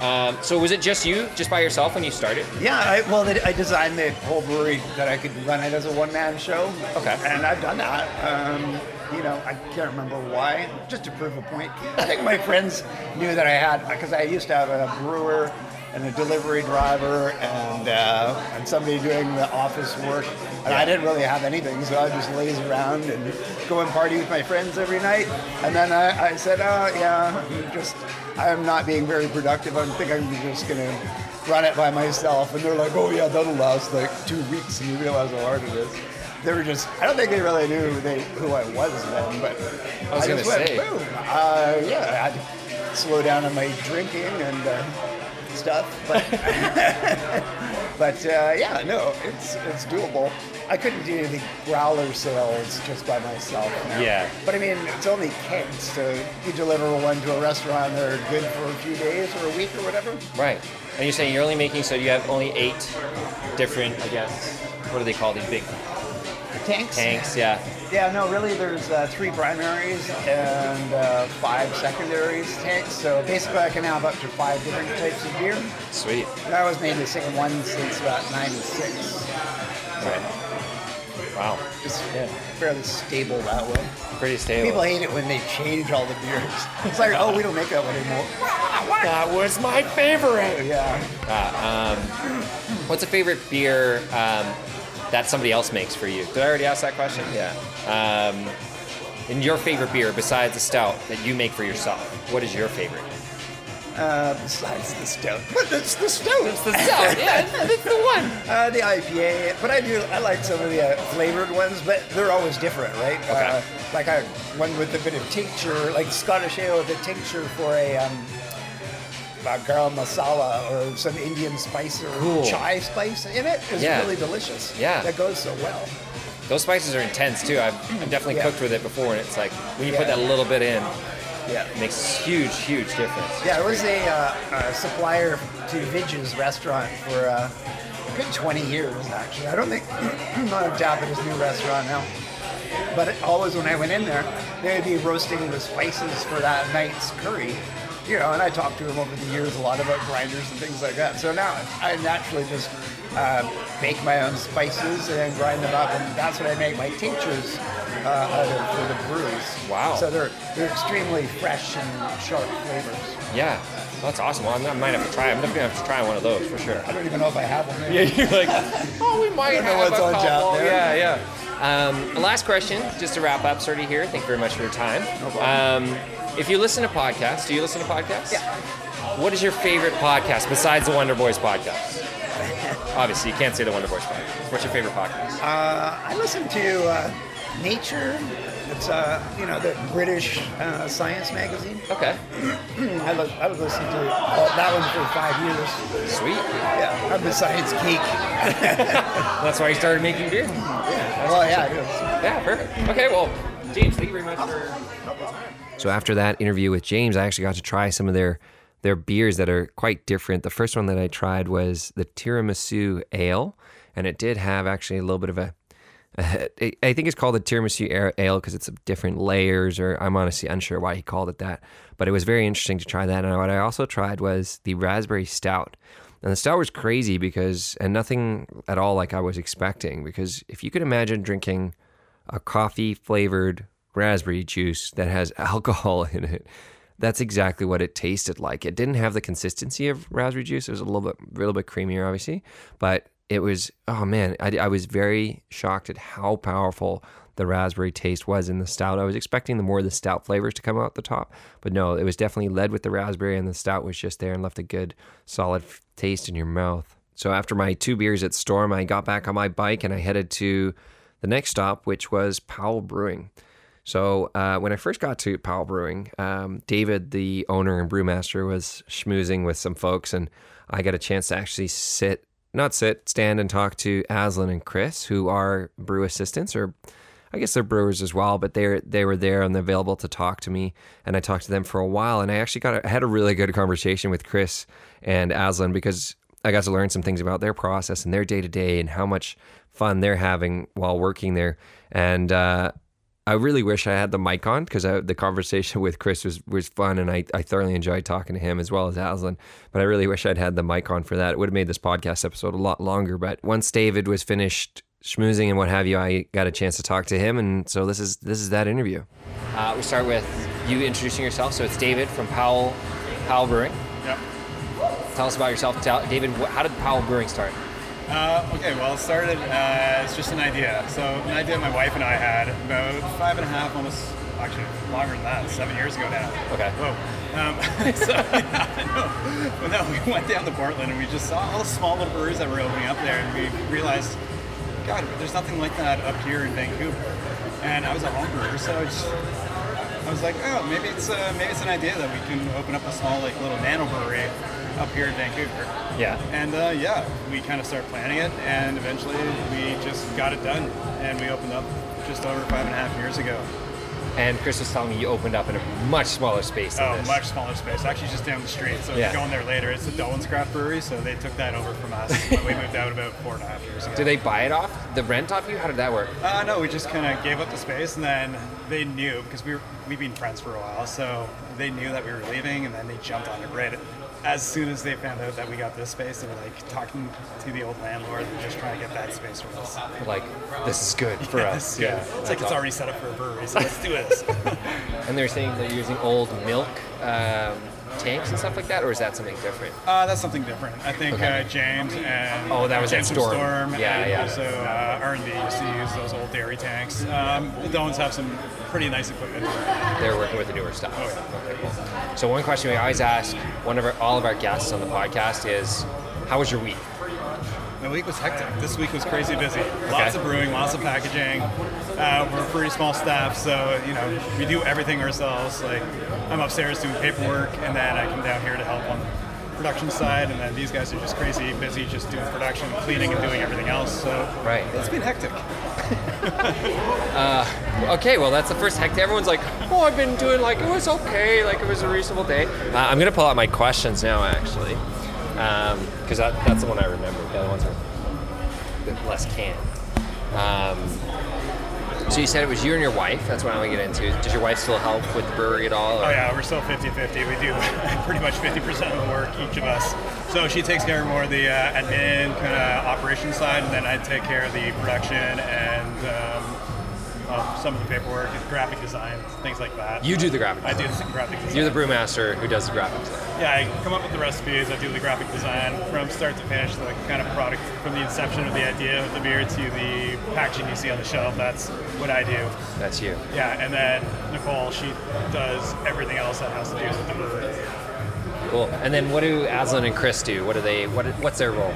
A: Um, so was it just you, just by yourself, when you started?
G: Yeah, I, well, they, I designed the whole brewery that I could run it as a one-man show.
A: Okay.
G: And I've done that. Um, you know, I can't remember why, just to prove a point. I think my friends knew that I had, because I used to have a brewer and a delivery driver and, uh, and somebody doing the office work. And I didn't really have anything, so I just laze around and go and party with my friends every night. And then I, I said, oh, yeah, I'm just, I'm not being very productive. I think I'm just going to run it by myself. And they're like, oh, yeah, that'll last like two weeks. And you realize how hard it is. They were just, I don't think they really knew who, they, who I was then, but
A: I was
G: just
A: gonna
G: went,
A: say.
G: boom. Uh, yeah, I had to slow down on my drinking and uh, stuff. But, but uh, yeah, no, it's, it's doable. I couldn't do the growler sales just by myself. now.
A: Yeah.
G: But I mean, it's only kegs, so you deliver one to a restaurant, they're good for a few days or a week or whatever.
A: Right. And you're saying you're only making so you have only eight different, I guess. What do they call these big
G: Tanks?
A: tanks? Yeah.
G: Yeah, no, really, there's uh, three primaries and uh, five secondaries tanks. So basically, I can have up to five different types of beer.
A: Sweet.
G: And I was mainly singing one since about 96.
A: Right. Wow.
G: It's fairly stable that way.
A: Pretty stable.
G: People hate it when they change all the beers. It's like, oh, we don't make that one anymore.
A: that was my favorite.
G: Yeah.
A: Uh, um, What's a favorite beer um, that somebody else makes for you? Did I already ask that question? Yeah. Um, and your favorite beer besides the stout that you make for yourself? What is your favorite?
G: Uh, besides the stout. But it's the stout. It's the
A: Stout, yeah, that's the one.
G: Uh, the IPA, but I do I like some of the uh, flavored ones, but they're always different, right? Uh, like I one with a bit of tincture, like Scottish ale with a tincture for a um, a garam masala or some Indian spice or
A: Cool.
G: chai spice in it is
A: Yeah.
G: really delicious.
A: Yeah.
G: that goes so well.
A: Those spices are intense too. I've, I've definitely
G: Yeah.
A: cooked with it before, and it's like when you put
G: Yeah.
A: that little bit in,
G: Yeah.
A: it makes huge, huge difference.
G: Yeah, I was a, uh, a supplier to Vidge's restaurant for uh, a good 20 years, actually. I don't think, I'm not a job at his new restaurant now. But it, always when I went in there, they would be roasting the spices for that night's curry. You know, and I talked to him over the years a lot about grinders and things like that. So now I naturally just uh, make my own spices and then grind them up, and that's what I make my tinctures uh, out of for the brews.
A: Wow.
G: So they're, they're extremely fresh and sharp flavors.
A: Yeah, Well, that's awesome. Well, I'm- I might have to try. I'm definitely gonna have to try one of those for sure.
G: I don't even know if I have one.
A: Yeah, you're like, oh, we might
G: Don't know
A: have
G: what's
A: a
G: on
A: couple.
G: tap
A: Yeah,
G: there.
A: yeah. Um, last question, just to wrap up, Serti here. Thank you very much for your time. um, if you listen to podcasts, do you listen to podcasts?
G: Yeah.
A: What is your favorite podcast besides the Wonder Boys podcast? Obviously, you can't say the Wonder Boys podcast. What's your favorite podcast?
G: Uh, I listen to uh, Nature. It's uh, you know the British uh, science magazine.
F: Okay.
G: I was I was listening to all, that one for five years.
F: Sweet.
G: Yeah, I'm a science geek.
F: That's why you started making beer.
A: Oh,
G: Well, yeah, it is.
F: Yeah, perfect. Okay, well, James, thank you very much for.
A: So after that interview with James, I actually got to try some of their their beers that are quite different. The first one that I tried was the tiramisu ale, and it did have actually a little bit of a. I I think it's called the tiramisu Air- ale because it's different layers, or I'm honestly unsure why he called it that. But it was very interesting to try that. And what I also tried was the raspberry stout. And the stout was crazy because, and nothing at all like I was expecting. Because if you could imagine drinking a coffee flavored raspberry juice that has alcohol in it. That's exactly what it tasted like. It didn't have the consistency of raspberry juice. It was a little bit, little bit creamier, obviously, but it was. Oh man, I, I was very shocked at how powerful the raspberry taste was in the stout. I was expecting the more of the stout flavors to come out the top, but no, it was definitely led with the raspberry, and the stout was just there and left a good, solid f- taste in your mouth. So after my two beers at Storm, I got back on my bike and I headed to the next stop, which was Powell Brewing. So uh, when I first got to Powell Brewing, um, David, the owner and brewmaster, was schmoozing with some folks, and I got a chance to actually sit, not sit, stand and talk to Aslan and Chris, who are brew assistants, or I guess they're brewers as well, but they they were there and available to talk to me, and I talked to them for a while, and I actually got a, had a really good conversation with Chris and Aslan because I got to learn some things about their process and their day to day and how much fun they're having while working there. And uh, I really wish I had the mic on because the conversation with Chris was, was fun and I, I thoroughly enjoyed talking to him as well as Aslan. But I really wish I'd had the mic on for that. It would have made this podcast episode a lot longer. But once David was finished schmoozing and what have you, I got a chance to talk to him. And so this is this is that interview.
F: Uh, we start with you introducing yourself. So it's David from Powell, Powell Brewing.
E: Yep.
F: Tell us about yourself, Tell, David. Wh- how did Powell Brewing start?
E: Uh, okay, well, it started uh, it's just an idea. So an idea my wife and I had about five and a half, almost actually longer than that, seven years ago now.
F: Okay.
E: Whoa. Um, so yeah, I know. Well, no, we went down to Portland and we just saw all the small little breweries that were opening up there, and we realized, God, there's nothing like that up here in Vancouver. And I was a home brewer, so I just I was like, oh, maybe it's uh, maybe it's an idea that we can open up a small like little nano brewery up here in Vancouver.
F: Yeah.
E: And uh, yeah, we kind of started planning it, and eventually we just got it done, and we opened up just over five and a half years ago.
F: And Chris was telling me you opened up in a much smaller space. Than
E: Oh,
F: this.
E: much smaller space. Actually, just down the street. So
F: Yeah.
E: if you go in there later, it's the Dolan's Craft Brewery, so they took that over from us. but we moved out about four and a half years ago.
F: Did they buy it off the rent off you? How did that work?
E: Uh, no, we just kind of gave up the space, and then they knew because we were, we've been friends for a while, so they knew that we were leaving, and then they jumped on it right as soon as they found out that we got this space. They were like talking to the old landlord and just trying to get that space for us.
F: Like this is good for us.
E: Yeah, it's like it's already set up for a brewery, so let's do this.
F: And they're saying they're using old milk um, tanks and stuff like that, or is that something different?
E: uh, that's something different. I think
F: Okay.
E: uh, James and
F: Oh, that was at
E: James from
F: Storm.
E: Storm
F: Yeah,
E: and
F: yeah.
E: Also, uh, R and B used to use those old dairy tanks. Um, the Dones have some pretty nice equipment.
F: They're working with the newer stuff.
E: Oh, yeah.
F: Okay, cool. So one question we always ask one of our, all of our guests on the podcast is, "How was your week?"
E: The week was hectic. This week was crazy busy. Lots of brewing, lots of packaging. Uh, we're a pretty small staff, so you know we do everything ourselves. Like I'm upstairs doing paperwork, and then I come down here to help on the production side, and then these guys are just crazy busy, just doing production, cleaning, and doing everything else. So
F: Right.
E: it's been hectic.
F: Uh, Okay, well that's the first hectic. Everyone's like, "Oh, I've been doing like it was okay, like it was a reasonable day." Uh, I'm gonna pull out my questions now, actually, because that, that's the one I remember. The other ones are a bit less canned. Um, so you said it was you and your wife. That's what I'm gonna get into. Does your wife still help with the brewery at all? or-
E: Oh yeah, we're still 50-50. We do pretty much 50% of the work each of us. So she takes care of more of the uh, admin kind of operation side, and then I take care of the production and um, well, some of the paperwork, graphic design, things like that.
F: You do the graphic
E: I do the graphic design.
F: You're the brewmaster who does the graphic design.
E: Yeah, I come up with the recipes. I do the graphic design from start to finish. The kind of product from the inception of the idea of the beer to the packaging you see on the shelf. That's what I do.
F: That's you.
E: Yeah, and then Nicole, she does everything else that has to do with the brewery.
F: Cool. And then what do Aslan and Chris do? What do they? What, what's their role?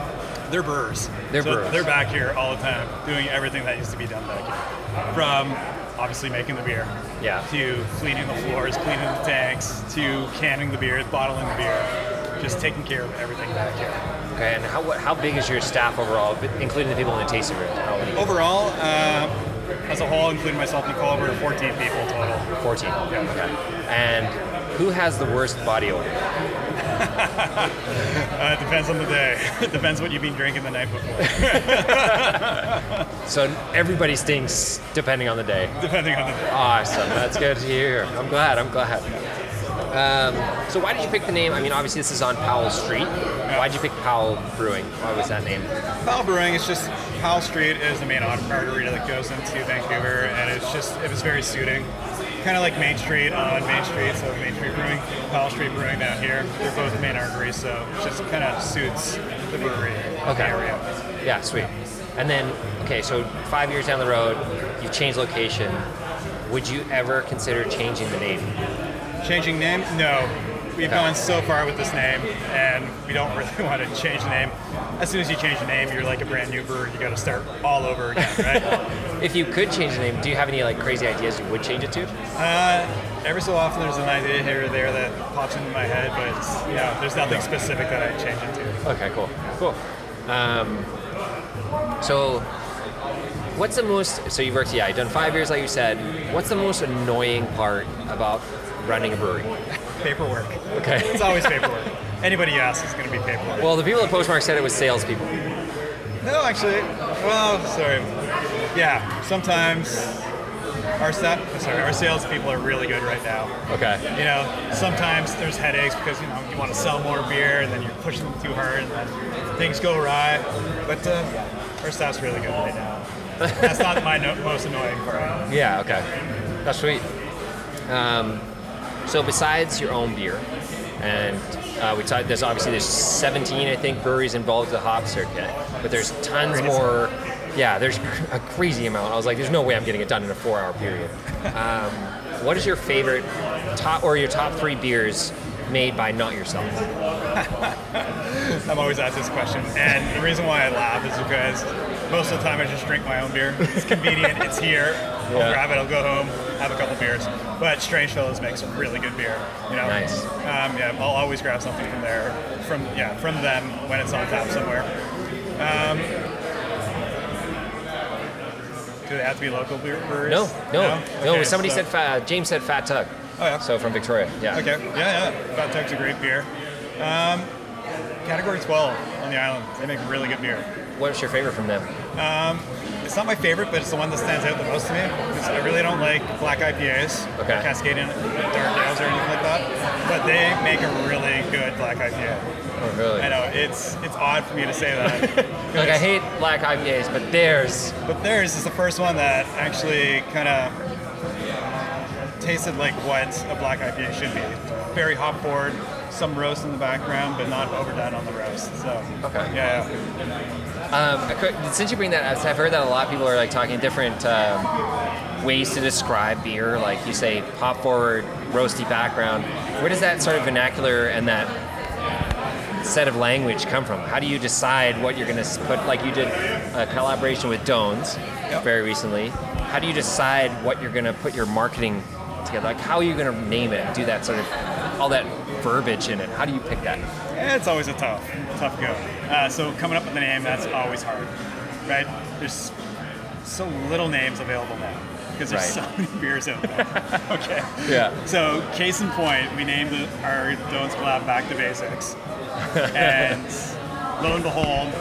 E: They're brewers.
I: They're
E: So
I: brewers.
E: They're back here all the time, doing everything that used to be done back here. From obviously making the beer,
A: Yeah.
E: to cleaning the floors, cleaning the tanks, to canning the beer, bottling the beer, just taking care of everything back here.
A: Okay, and how what- how big is your staff overall, b- including the people in the tasting room? How many?
E: Overall, uh, as a whole, including myself, Nicole, we're 14 people total.
A: Fourteen.
E: Yeah.
A: And who has the worst body odor?
E: Uh, it depends on the day. It depends what you've been drinking the night before,
A: So everybody stinks depending on the day.
E: depending on the day.
A: Awesome. That's good to hear. I'm glad. I'm glad. Um, so why did you pick the name? I mean, obviously this is on Powell Street. Why did you pick Powell Brewing? Why was that name?
E: Powell Brewing is just Powell Street is the main artery that goes into Vancouver, and it's just it was very suiting, kind of like Main Street on Main Street, so Main Street Brewing, Powell Street Brewing down here. They're both main arteries, so it just kind of suits the brewery
A: Okay.
E: area.
A: Yeah, sweet. And then, okay, so five years down the road, you've changed location. Would you ever consider changing the name?
E: Changing name? No. We've
A: Yeah.
E: gone so far with this name, and we don't really want to change the name. As soon as you change the name, you're like a brand new brewer. You got to start all over again, right?
A: If you could change the name, do you have any like crazy ideas you would change it to?
E: Uh, every so often there's an idea here or there that pops into my head, but it's, yeah, there's nothing specific that I change it to.
A: Okay, cool, cool. Um, so, what's the most? So you've worked, yeah, you've done five years, like you said. What's the most annoying part about running a brewery?
E: Paperwork.
A: Okay.
E: It's always paperwork. Anybody you ask is going to be paperwork.
A: Well, the people at Postmark said it was salespeople.
E: no, actually, well, sorry. Yeah, sometimes our sa- sorry, our salespeople are really good right now.
A: Okay.
E: You know, sometimes there's headaches because you know you want to sell more beer and then you're pushing them too hard and then things go awry. But uh, our staff's really good right now. That's not my no- most annoying part.
A: Yeah. Okay. That's sweet. Um, so besides your own beer, and uh, we talked, there's obviously there's 17 I think breweries involved with the hop circuit, but there's tons
E: Crazy.
A: more. Yeah, there's a crazy amount. I was like, there's no way I'm getting it done in a four-hour period. Um, what is your favorite top or your top three beers made by not yourself?
E: I'm always asked this question, and the reason why I laugh is because most of the time I just drink my own beer. It's convenient. it's here. I'll grab it. I'll go home, have a couple beers. But Strange Fellows makes really good beer. You know,
A: Nice.
E: Um, yeah, I'll always grab something from there. From yeah, from them when it's on tap somewhere. Um, do they have to be local beer breweries?
A: No, no, no.
E: Okay,
A: somebody
E: so-
A: said Fa- uh, James said Fat Tug.
E: Oh, yeah.
A: So from Victoria. Yeah.
E: Okay, yeah, yeah. Fat Tug's a great beer. Um, category 12 on the island. They make really good beer. Um,
A: What's your favorite from them?
E: It's not my favorite, but it's the one that stands out the most to me. 'cause I really don't like black IPAs,
A: Okay.
E: Cascadian Dark Ales, or anything like that. But they make a really good black IPA.
A: Oh, really?
E: I know it's it's odd for me to say that. 'cause-
A: Like I hate black IPAs, but theirs.
E: But theirs is the first one that actually kind of tasted like what a black IPA should be. Very hop forward, some roast in the background, but not overdone on the roast. So
A: Okay.
E: yeah, yeah.
A: Um, I could- since you bring that up, I've heard that a lot of people are like talking different um, ways to describe beer. Like you say, pop forward, roasty background. Where does that sort of vernacular and that set of language come from? How do you decide what you're going to put? Like you did a collaboration with Dones very recently. How do you decide what you're going to put your marketing together? Like how are you going to name it? Do that sort of all that verbiage in it. How do you pick that?
E: Yeah, It's always a tough, tough go. Uh, so coming up with a name, that's always hard, right? There's so little names available now because there's
A: Right.
E: so many beers out there. okay.
A: Yeah.
E: So case in point, we named the, our Donuts Collab Back to Basics, and lo and behold,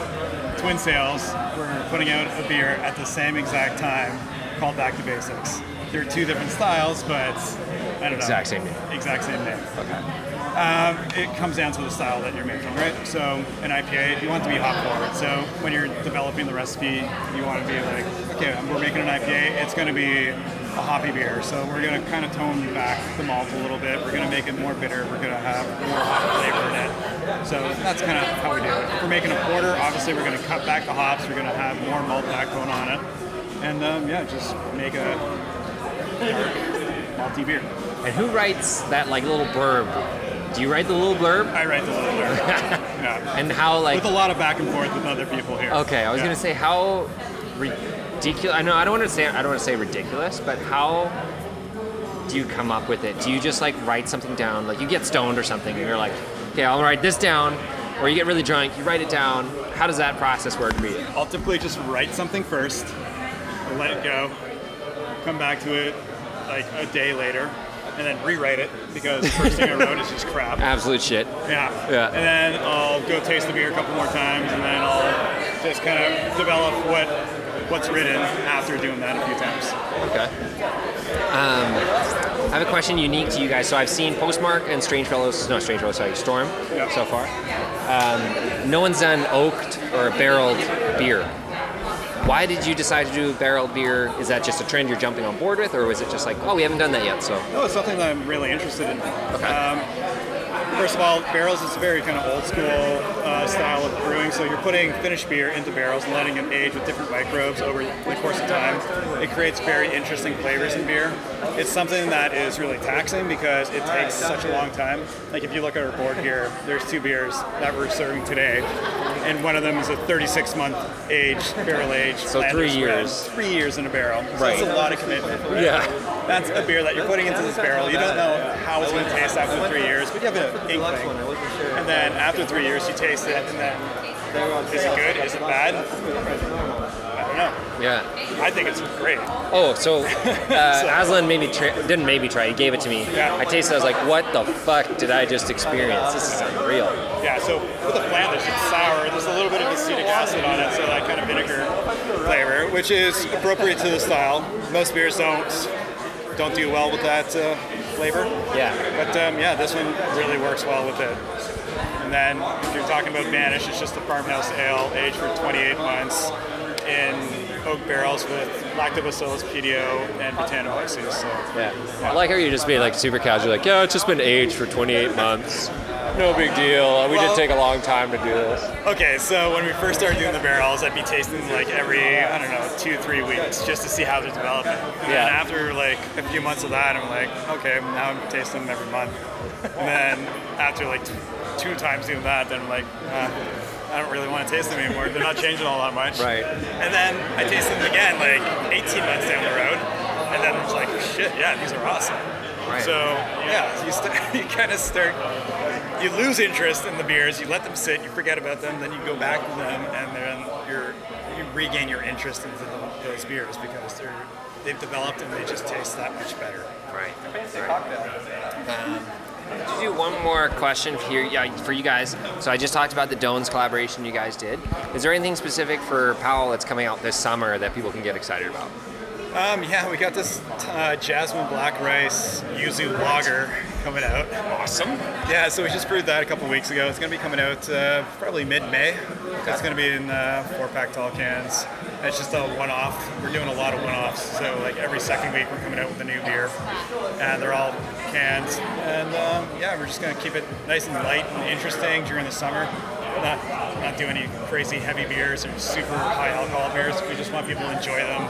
E: Twin Sales were putting out a beer at the same exact time called Back to Basics. They're two different styles, but I don't know.
A: Exact same name.
E: Exact same name. Um, it comes down to the style that you're making, right? So an IPA, you want it to be hop forward. So when you're developing the recipe, you want to be like, okay, we're making an IPA. It's going to be a hoppy beer. So we're going to kind of tone back the malt a little bit. We're going to make it more bitter. We're going to have more hop flavor in it. So that's kind of how we do it. If we're making a porter, obviously we're going to cut back the hops. We're going to have more malt backbone on it, and um, yeah, just make a dark malty beer.
A: And who writes that like little blurb? Do you write the little blurb?
E: I write the little blurb. Yeah.
A: And how like
E: With a lot of back and forth with other people here.
A: Okay, I was
E: Yeah.
A: gonna say how ridiculous. I know I don't want to say I don't want to say ridiculous, but how do you come up with it? Do you just like write something down? Like you get stoned or something, and you're like, okay, I'll write this down, or you get really drunk, you write it down. How does that process work? Me?
E: I'll typically just write something first, let it go, come back to it like a day later, and then rewrite it because the first thing I wrote is just crap.
A: Absolute shit.
E: Yeah.
A: Yeah.
E: And then I'll go taste the beer a couple more times, and then I'll just kind of develop what what's written after doing that a few times.
A: Okay. Um, I have a question unique to you guys. So I've seen Postmark and Strange Fellows, no Strange Fellows, sorry, Storm
E: Yep.
A: so far. Um, no one's done oaked or barreled beer. Why did you decide to do barrel beer? Is that just a trend you're jumping on board with, or was it just like, oh, we haven't done that yet? So
E: No, it's something that I'm really interested in. Um,
A: okay,
E: First of all, barrels is a very kind of old school uh, style of brewing. So you're putting finished beer into barrels and letting them age with different microbes over the course of time. It creates very interesting flavors in beer. It's something that is really taxing because it takes such a long time. Like if you look at our board here, there's two beers that we're serving today, and one of them is a 36 month age barrel age.
A: So three years.
E: Three years in a barrel. So
A: Right.
E: That's a lot of commitment. right?
A: yeah,
E: That's a beer that you're putting into this barrel. You don't know how it's going to taste after three years, but you have an inkling. And then after three years, you taste it, and then is it good? Is it bad? I
A: yeah.
E: don't know. I think it's great.
A: Oh, so uh, Aslan made me try, didn't made me try. He gave it to me.
E: Yeah.
A: I tasted. it, I was like, what the fuck did I just experience? This is unreal.
E: Yeah. So with the flanders, it's sour. There's a little bit of acetic acid on it, so that kind of vinegar flavor, which is appropriate to the style. Most beers don't don't do well with that uh, flavor.
A: Yeah.
E: But um, yeah, this one really works well with it. And then if you're talking about Vanish, it's just a farmhouse ale aged for 28 months in oak barrels with lactobacillus PDO and botanomyces. So
A: Yeah. I like how you just be like super casual, like, yeah, it's just been aged for 28 months. No big deal. We did take a long time to do this.
E: okay, so when we first started doing the barrels, I'd be tasting them, like every I don't know two three weeks just to see how they're developing. And then
A: Yeah.
E: after like a few months of that, I'm like, okay, now I'm tasting them every month. And then after like t- two times doing that, then I'm like. Uh, I don't really want to taste them anymore. They're not changing all that much.
A: Right.
E: And then I taste them again like 18 months down the road, and then it's like, shit, yeah, these are awesome.
A: Right.
E: So yeah, you, st- you kind of start you lose interest in the beers, you let them sit, you forget about them, then you go back to them, and then you're, you regain your interest in the, those beers because they're, they've developed and they just taste that much better.
A: Right. To do one more question here yeah, for you guys. So I just talked about the Dones collaboration you guys did. Is there anything specific for Powell that's coming out this summer that people can get excited about?
E: Um, yeah, we got this uh, jasmine black rice yuzu lager coming out. Awesome. Yeah, so we just brewed that a couple weeks ago. It's going to be coming out uh, probably mid-May. It's going to be in uh, four-pack tall cans. It's just a one-off. We're doing a lot of one-offs, so like every second week we're coming out with a new beer, and they're all cans. And um, yeah, we're just going to keep it nice and light and interesting during the summer. Not not do any crazy heavy beers or super high alcohol beers. We just want people to enjoy them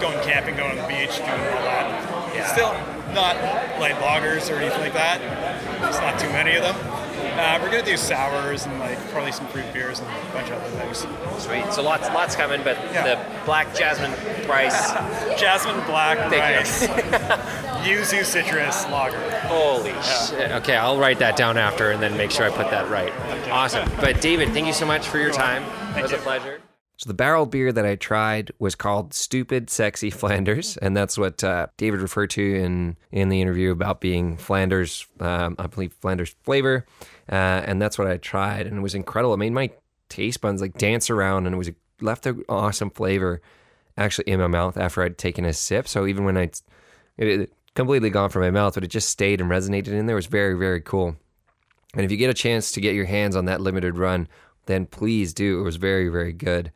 E: going camping, going to the beach, doing all that. Still not light loggers or anything like that. There's not too many of them. Uh, we're gonna do sours and like probably some fruit beers and a bunch of other things.
A: Sweet. So lots, lots coming, but
E: Yeah.
A: the black jasmine rice.
E: Jasmine black rice,
A: Thank
E: yuzu citrus lager.
A: Holy shit. Okay, I'll write that down after and then make sure I put that right. Awesome. But David, thank you so much for your time. It was a pleasure.
I: So the barrel beer that I tried was called Stupid Sexy Flanders, and that's what uh, David referred to in in the interview about being Flanders, um, I believe Flanders flavor, uh, and that's what I tried, and it was incredible. It made my taste buds like dance around, and it was left an awesome flavor actually in my mouth after I'd taken a sip. So even when I it, it completely gone from my mouth, but it just stayed and resonated in there. It was very very cool. And if you get a chance to get your hands on that limited run, then please do. It was very, very good.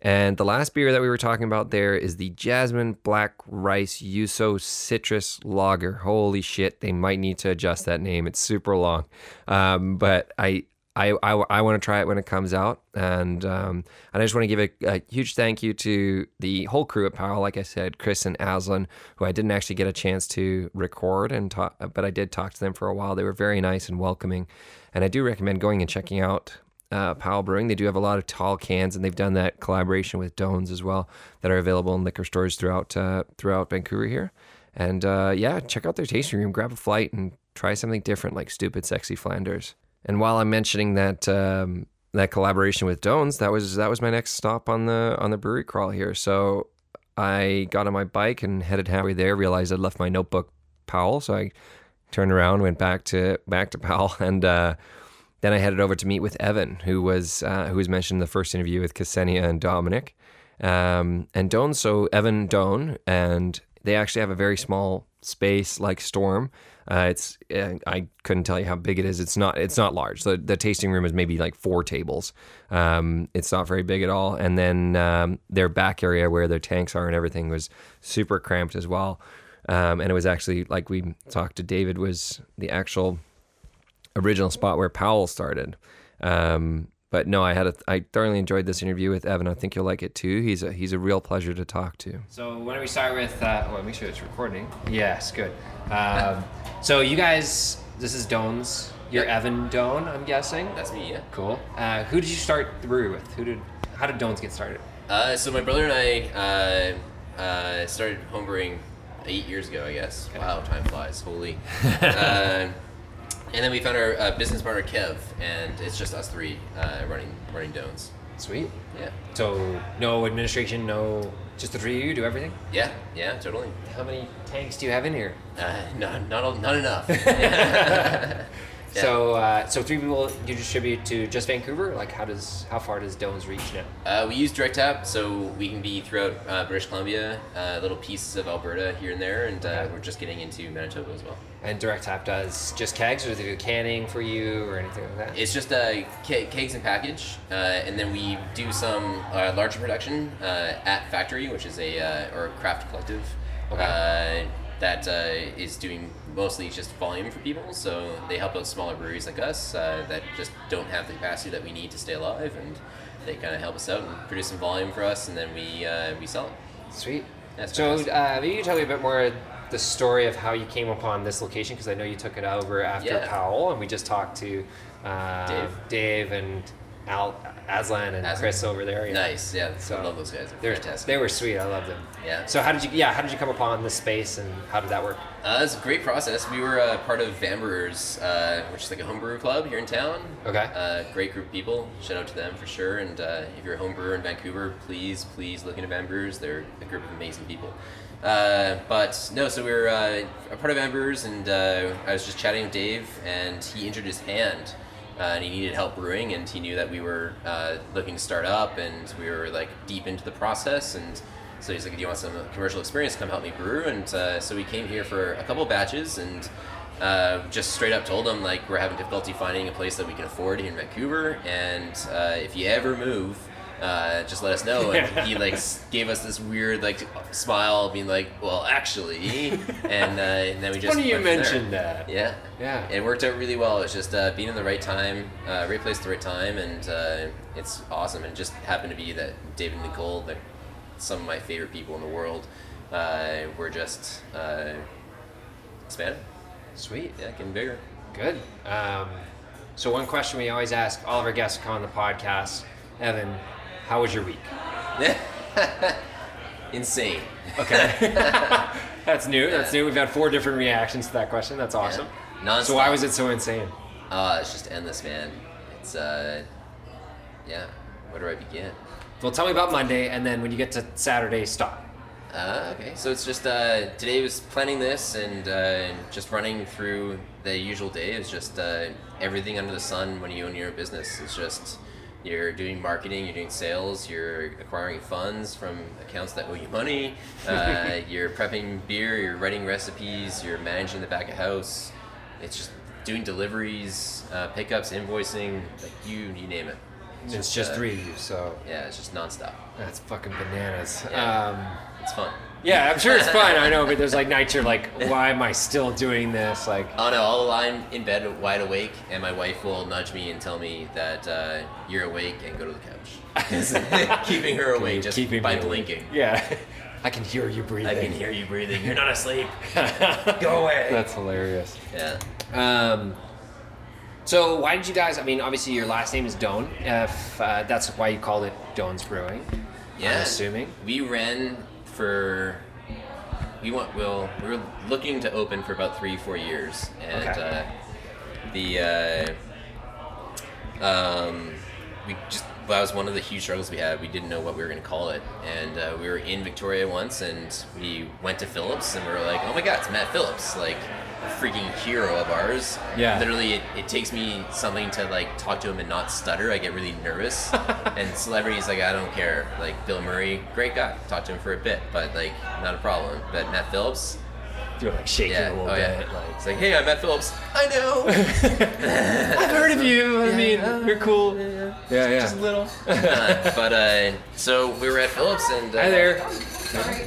I: And the last beer that we were talking about there is the Jasmine Black Rice Yuso Citrus Lager. Holy shit, they might need to adjust that name. It's super long. Um, but I, I, I, want to try it when it comes out. And, um, and I just want to give a, a huge thank you to the whole crew at Powell. Like I said, Chris and Aslan, who I didn't actually get a chance to record and talk, but I did talk to them for a while. They were very nice and welcoming. And I do recommend going and checking out uh, Powell Brewing. They do have a lot of tall cans, and they've done that collaboration with Dones as well, that are available in liquor stores throughout uh, throughout Vancouver here. And uh, yeah, check out their tasting room, grab a flight, and try something different like stupid, sexy Flanders. And while I'm mentioning that um, that collaboration with Dones, that was that was my next stop on the on the brewery crawl here. So I got on my bike and headed halfway there, realized I'd left my notebook Powell, so I turned around, went back to back to Powell, and uh, then I headed over to meet with Evan, who was uh, who was mentioned in the first interview with Ksenia and Dominic, um, and Doan. So Evan Doan, and they actually have a very small space like Storm. Uh, it's uh, I couldn't tell you how big it is. It's not it's not large. The, the tasting room is maybe like four tables. Um, it's not very big at all. And then um, their back area where their tanks are and everything was super cramped as well. Um, and it was actually like we talked to David was the actual original spot where Powell started. Um, but no, I had a, I thoroughly enjoyed this interview with Evan. I think you'll like it too. He's a he's a real pleasure to talk to.
A: So why don't we start with? Uh, well, make sure it's recording. Yes, good. Um, so you guys, this is Doan's. You're Evan Doan, I'm guessing.
F: That's me, yeah.
A: Cool. Uh, who did you start the brewery with? Who did? How did Doan's get started?
F: Uh, so my brother and I uh, uh, started homebrewing eight years ago, I guess. Wow, time flies, holy. uh, and then we found our uh, business partner Kev, and it's just us three uh, running running Dones.
A: Sweet.
F: Yeah,
A: So no administration, no just the three of you do everything.
F: yeah, yeah, totally.
A: How many tanks do you have in here?
F: Uh, not not al- not enough.
A: So uh, so three people you distribute to just Vancouver. Like how does how far does Doan's reach now?
F: Uh, we use direct tap, so we can be throughout uh, British Columbia, uh, little pieces of Alberta here and there, and uh, we're just getting into Manitoba as well.
A: And Direct Tap does just kegs, or do they do canning for you, or anything like that?
F: It's just uh, ke- kegs and package, uh, and then we do some uh, larger production uh, at Factory, which is a uh, or craft collective
A: Okay.
F: uh, that uh, is doing mostly just volume for people. So they help out smaller breweries like us uh, that just don't have the capacity that we need to stay alive, and they kind of help us out and produce some volume for us, and then we uh, we sell it.
A: Sweet.
F: That's
A: so
F: fantastic.
A: uh, maybe you can tell me a bit more the story of how you came upon this location, because I know you took it over after
F: Yeah.
A: Powell, and we just talked to uh,
F: Dave.
A: Dave and Al Aslan and
F: Aslan.
A: Chris over there. yeah.
F: Nice, yeah.
A: So-
F: I love those guys. They're,
A: They're,
F: fantastic.
A: they were sweet. I love them.
F: Yeah.
A: So how did you? Yeah. How did you come upon this space, and how did that work?
F: Uh, it's a great process. We were uh, part of Van Brewers, uh, which is like a homebrew club here in town.
A: Okay.
F: Uh, great group of people. Shout out to them for sure. And uh, if you're a homebrewer in Vancouver, please, please look into Van Brewers. They're a group of amazing people. Uh, but no, so we were uh, a part of Van Brewers, and uh, I was just chatting with Dave, and he injured his hand. Uh, and he needed help brewing, and he knew that we were uh, looking to start up, and we were like deep into the process, and so he's like, "Do you want some commercial experience? Come help me brew." And uh, so we came here for a couple batches, and uh, just straight up told him like we're having difficulty finding a place that we can afford here in Vancouver, and uh, if you ever move, uh, just let us know. And he like s- gave us this weird like smile, being like, "Well, actually," and, uh, and then we just
A: Funny you
F: went from there.
A: mentioned that.
F: Yeah.
A: Yeah.
F: It worked out really well. It's just uh, being in the right time, uh, right place at the right time, and uh, it's awesome. And it just happened to be that David and Nicole, like some of my favorite people in the world, uh, were just uh, expanding.
A: Sweet.
F: Yeah, getting bigger.
A: Good. Um, so one question we always ask all of our guests who come on the podcast, Evan, how was your week?
F: Insane.
A: Okay. That's new. That's new. We've had four different reactions to that question. That's awesome.
F: Nonstop.
A: So why was it so insane?
F: Uh, it's just endless, man. It's, uh, yeah, where do I begin?
A: Well, tell me about Monday, and then when you get to Saturday, stop.
F: Uh, okay, so it's just uh, today was planning this and uh, just running through the usual day is just uh, everything under the sun when you own your business. It's just you're doing marketing, you're doing sales, you're acquiring funds from accounts that owe you money, uh, you're prepping beer, you're writing recipes, you're managing the back of house. It's just doing deliveries, uh, pickups, invoicing, like you, you name it.
A: It's, just
F: uh,
A: three of you, so
F: Yeah, it's just nonstop.
A: that's fucking bananas.
F: Yeah.
A: Um,
F: It's fun.
A: yeah, I'm sure it's fun. I know, but there's like nights you're like, why am I still doing this? Like,
F: Oh no, I'll lie in bed wide awake, and my wife will nudge me and tell me that uh, you're awake and go to the couch. keeping her awake just
A: keeping me
F: by
A: awake.
F: blinking.
A: yeah, I can hear you breathing.
F: I can hear you breathing. You're not asleep.
A: Go away. That's hilarious.
F: Yeah.
A: Um, So why did you guys? I mean, obviously your last name is Doan. If uh, that's why you called it Doan's Brewing.
F: Yeah.
A: I'm assuming.
F: We ran for we want well we were looking to open for about three four years and
A: Okay.
F: uh, the uh, um, we just that was one of the huge struggles we had we didn't know what we were going to call it and uh, we were in Victoria once and we went to Phillips and we were like oh my god it's Matt Phillips like a freaking hero of ours
A: Yeah.
F: literally it, it takes me something to like talk to him and not stutter i get really nervous and celebrities like i don't care like bill murray great guy talk to him for a bit but like not a problem but matt phillips
A: You're like shaking a
F: yeah
A: little
F: oh yeah
A: bit. Like,
F: it's like hey i'm matt phillips i know
A: I've heard of you. I mean, you're cool. Yeah, yeah.
I: Just a
A: little.
F: Uh, but uh so we were at phillips and uh,
A: Hi there.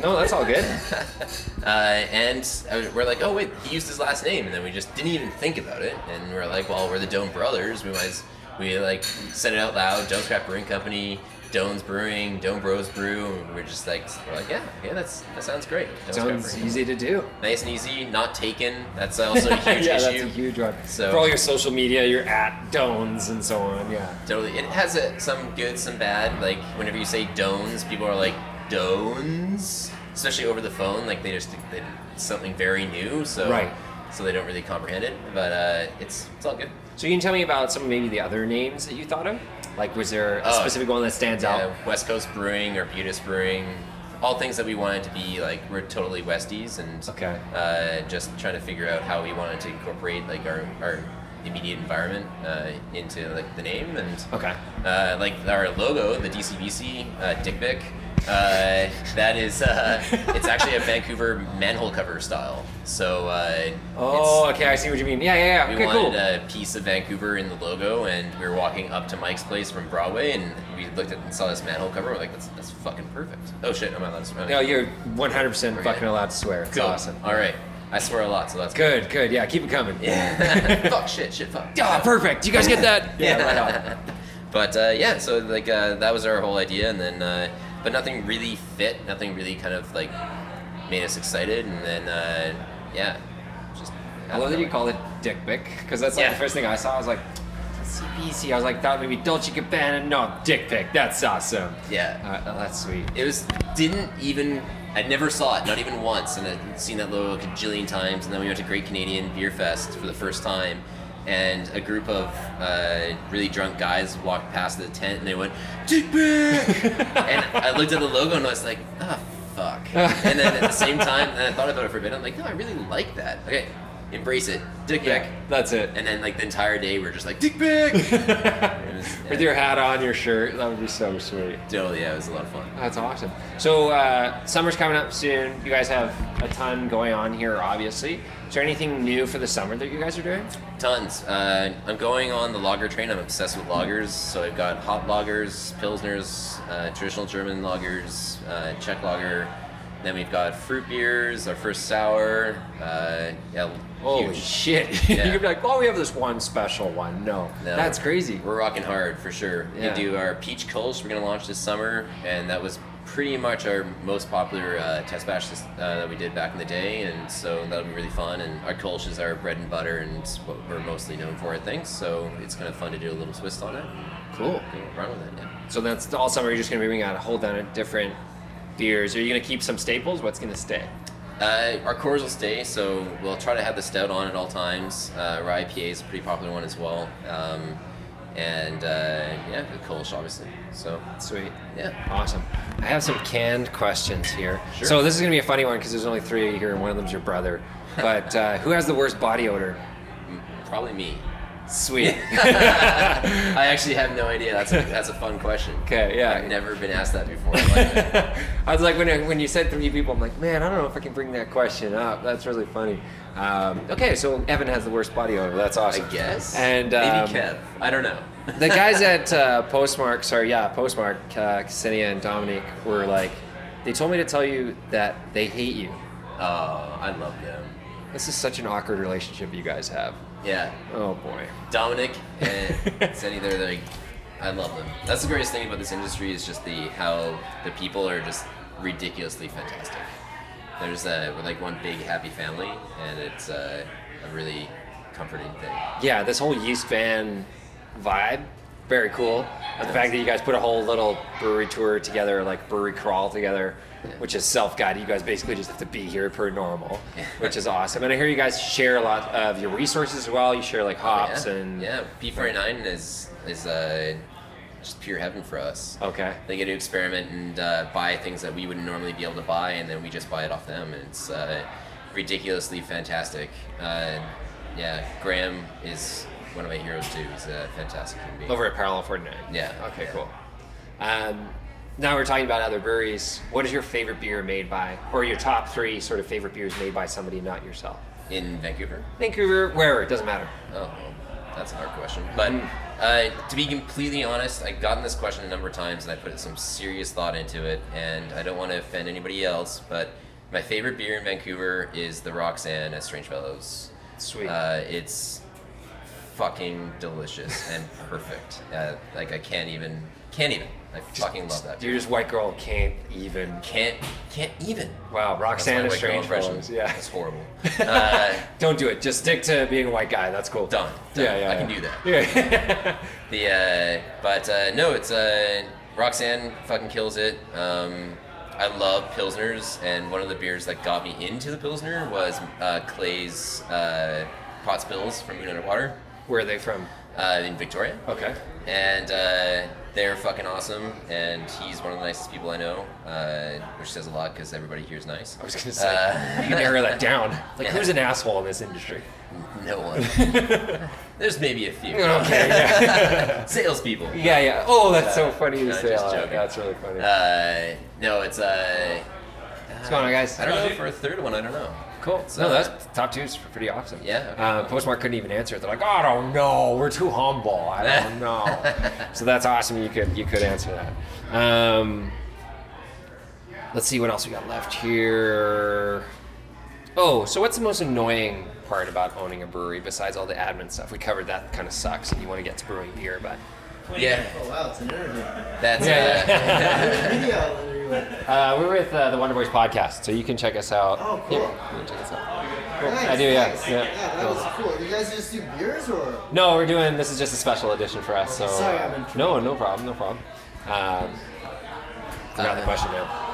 A: No, that's all good.
F: Uh, and I was- we're like, oh wait, he used his last name, and then we just didn't even think about it. And we're like, well, we're the Doan Brothers. We might as we like said it out loud. Doan's Craft Brewing Company, Doan's Brewing, Doan Bros Brew. And we're just like, we're like, yeah, yeah, that's that sounds great. Doan's Craft
A: Sounds
F: Brewing.
A: easy to do.
F: Nice and easy, not taken. That's also a huge
A: yeah,
F: issue.
A: that's a huge one.
F: So-
A: For all your social media, you're at Dones and so on. Yeah.
F: Totally, it has a, some good, some bad. Like whenever you say Doans, people are like Doans, especially over the phone. Like they just think that it's something very new, so
A: Right.
F: so they don't really comprehend it. But uh, it's it's all good.
A: So you can tell me about some of maybe the other names that you thought of. Like, was there a
F: Oh.
A: specific one that stands
F: Yeah,
A: out?
F: West Coast Brewing or Butis Brewing, all things that we wanted to be like we're totally Westies and
A: Okay.
F: uh, just trying to figure out how we wanted to incorporate like our our immediate environment uh, into like the name and
A: Okay.
F: uh, like our logo, the DCBC uh, Dick Pic. Uh, that is, uh, it's actually a Vancouver manhole cover style. So uh,
A: Oh,
F: it's-
A: okay. I see what you mean. Yeah, yeah, yeah.
F: we
A: Okay,
F: wanted
A: cool.
F: a piece of Vancouver in the logo, and we were walking up to Mike's place from Broadway, and we looked at and saw this manhole cover. We're like, that's, that's fucking perfect. Oh shit, am I allowed to swear?
A: no, you're 100 percent
F: Okay.
A: fucking allowed to swear. It's
F: Cool.
A: awesome.
F: All right, I swear a lot, so that's
A: Good, good. Yeah, keep it coming.
F: Yeah. fuck shit, shit, fuck.
A: Ah, perfect. You guys get that?
F: Yeah, But uh, yeah, so like uh, that was our whole idea, and then uh, but nothing really fit. Nothing really kind of like made us excited, and then uh, yeah, just.
A: I love that you call it Dick Pic because that's like
F: Yeah.
A: the first thing I saw. I was like, CBC. I was like, thought maybe Dolce Gabbana. No, Dick Pic. That's awesome.
F: Yeah.
A: Uh, that's sweet.
F: Oh, It was didn't even I never saw it, not even once, and I'd seen that logo a gajillion times. And then we went to Great Canadian Beer Fest for the first time, and a group of uh, really drunk guys walked past the tent, and they went Dick Pic!" and I looked at the logo, and I was like, ah, fuck. And then at the same time, and I thought about it for a bit. I'm like, no, I really like that. Okay, embrace it, Dick Pic.
A: Yeah, that's it.
F: And then like the entire day, we are just like Dick Pic. It was-
A: With your hat on, your shirt, that would be so sweet.
F: totally, yeah, it was a lot of fun.
A: That's awesome. So uh, summer's coming up soon. You guys have a ton going on here, obviously. Is there anything new for the summer that you guys are doing?
F: Tons. Uh, I'm going on the lager train. I'm obsessed with lagers. So I've got hop lagers, pilsners, uh, traditional German lagers, uh, Czech lager. Then we've got fruit beers, our first sour. Uh, yeah,
A: Holy
F: huge.
A: shit!
F: Yeah.
A: you could be like, "Oh, we have this one special one." No,
F: No,
A: that's crazy.
F: We're rocking hard for sure.
A: Yeah.
F: We do our peach kolsch we're going to launch this summer, and that was pretty much our most popular uh, test batch this, uh, that we did back in the day, and so that'll be really fun. And our kolsch is our bread and butter, and it's what we're mostly known for, I think. So it's kind of fun to do a little twist on it.
A: Cool.
F: and Run with it. Yeah.
A: So that's all summer. You're just gonna be bringing out a whole ton of different beers. Are you gonna keep some staples? What's gonna stay?
F: Uh, our cores will stay, so we'll try to have the stout on at all times. Uh, rye IPA is a pretty popular one as well, um, and uh, yeah, the kolsch obviously. So
A: Sweet.
F: yeah,
A: Awesome. I have some canned questions here.
F: Sure.
A: So this is gonna be a funny one because there's only three of you here, and one of them's your brother. But uh, who has the worst body odor?
F: probably me.
A: Sweet.
F: I actually have no idea. That's a, that's a fun question.
A: Okay, yeah.
F: I've never been asked that before. in my life.
A: I was like, when, I- when you said three people, I'm like, man, I don't know if I can bring that question up. That's really funny. Um, okay, so Evan has the worst body odor. That's
F: I
A: awesome.
F: guess.
A: And um,
F: maybe Kev. I don't know.
A: the guys at uh, Postmark, sorry, yeah, Postmark, uh, Ksenia and Dominic were like, they told me to tell you that they hate you.
F: Oh, I love them.
A: This is such an awkward relationship you guys have.
F: Yeah,
A: Oh boy.
F: Dominic and Sandy. They're like, I love them. That's the greatest thing about this industry is just the how the people are just ridiculously fantastic. There's uh, we're like one big happy family, and it's uh, a really comforting thing.
A: yeah, this whole yeast van vibe, very cool. And the fact that you guys put a whole little brewery tour together, like brewery crawl together, which is self-guided. You guys basically just have to be here per normal, which is awesome. And I hear you guys share a lot of your resources as well. You share like hops
F: Oh, yeah.
A: and
F: yeah, P forty nine is is uh, just pure heaven for us.
A: Okay.
F: They get to experiment and uh, buy things that we wouldn't normally be able to buy, and then we just buy it off them, and it's uh, ridiculously fantastic. Uh, yeah, Graham is one of my heroes too. He's a fantastic human being.
A: Over at Parallel 49.
F: Yeah,
A: Okay,
F: yeah.
A: cool. Um, now we're talking about other breweries. What is your favorite beer made by, or your top three sort of favorite beers made by somebody not yourself?
F: in Vancouver.
A: Vancouver, wherever, it doesn't matter.
F: Oh, well, that's a hard question. But uh, to be completely honest, I've gotten this question a number of times, and I put some serious thought into it. And I don't want to offend anybody else, but my favorite beer in Vancouver is the Roxanne at Strange Fellows.
A: Sweet.
F: Uh, it's fucking delicious and perfect. Uh, like I can't even, can't even. I fucking love that.
A: You're just white girl can't even.
F: Can't, can't even.
A: Wow,
F: That's my
A: Roxanne is
F: white girl
A: strange.
F: impression.
A: Fellows, Yeah.
F: that's horrible. Uh,
A: Don't do it. Just stick to being a white guy. That's cool.
F: done. done.
A: Yeah, yeah.
F: I can
A: yeah.
F: do that.
A: Yeah.
F: The uh, but uh, no, it's uh, Roxanne fucking kills it. Um, I love pilsners, and one of the beers that got me into the pilsner was uh, Clay's uh, Pot Spills from Moon Underwater
A: Where are they from?
F: uh, in Victoria,
A: Okay.
F: and uh, they're fucking awesome. And he's one of the nicest people I know, uh, which says a lot because everybody here is nice.
A: I was gonna say
F: Uh,
A: you can narrow that down. Like who's an asshole in this industry?
F: No one. There's maybe a few
A: Okay. Yeah.
F: salespeople.
A: Yeah. yeah. Oh, that's so
F: Uh,
A: funny to
F: no,
A: say.
F: just
A: out loud.
F: joking.
A: That's really funny.
F: Uh, no, it's uh,
A: What's going on, guys?
F: I don't know for a third one. I don't know.
A: Cool.
F: It's,
A: No,
F: uh,
A: that's top two is pretty awesome.
F: Yeah, okay.
A: Uh, Postmark couldn't even answer it. They're like, oh, I don't know. We're too humble. I don't know. so that's awesome. You could you could answer that. Um, let's see what else we got left here. Oh, so what's the most annoying part about owning a brewery besides all the admin stuff? We covered that kind of sucks, and you want to get to brewing beer, but
F: Yeah,
G: Oh wow, it's an interview.
F: that's
A: Yeah,
F: uh,
G: Video interview.
A: uh, we're with uh, the Wonder Boys podcast, so you can check us out.
G: Oh, cool.
A: Yeah, you can check us out.
G: Nice,
A: I do, yeah,
G: nice.
A: yeah.
G: that was cool. You guys just do beers or?
A: No, we're doing. This is just a special edition for us. So
G: Sorry, I've been
A: no, no problem, no problem. Um, forgot the question now.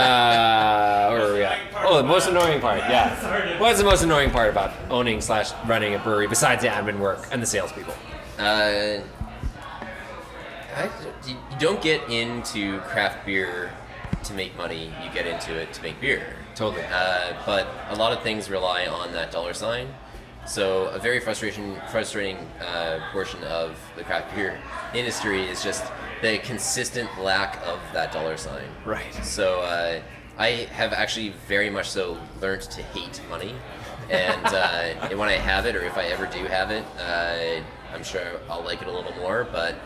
A: uh, where are we at? Oh, the most annoying part. Yeah. What's the most annoying part about owning slash running a brewery besides the admin work and the salespeople?
F: uh, I, you you don't get into craft beer to make money. You get into it to make beer.
A: Totally.
F: Uh, but a lot of things rely on that dollar sign. So a very frustration, frustrating uh, portion of the craft beer industry is just the consistent lack of that dollar sign.
A: Right.
F: So uh, I have actually very much so learned to hate money, and, uh, and when I have it, or if I ever do have it, uh, I'm sure I'll like it a little more. But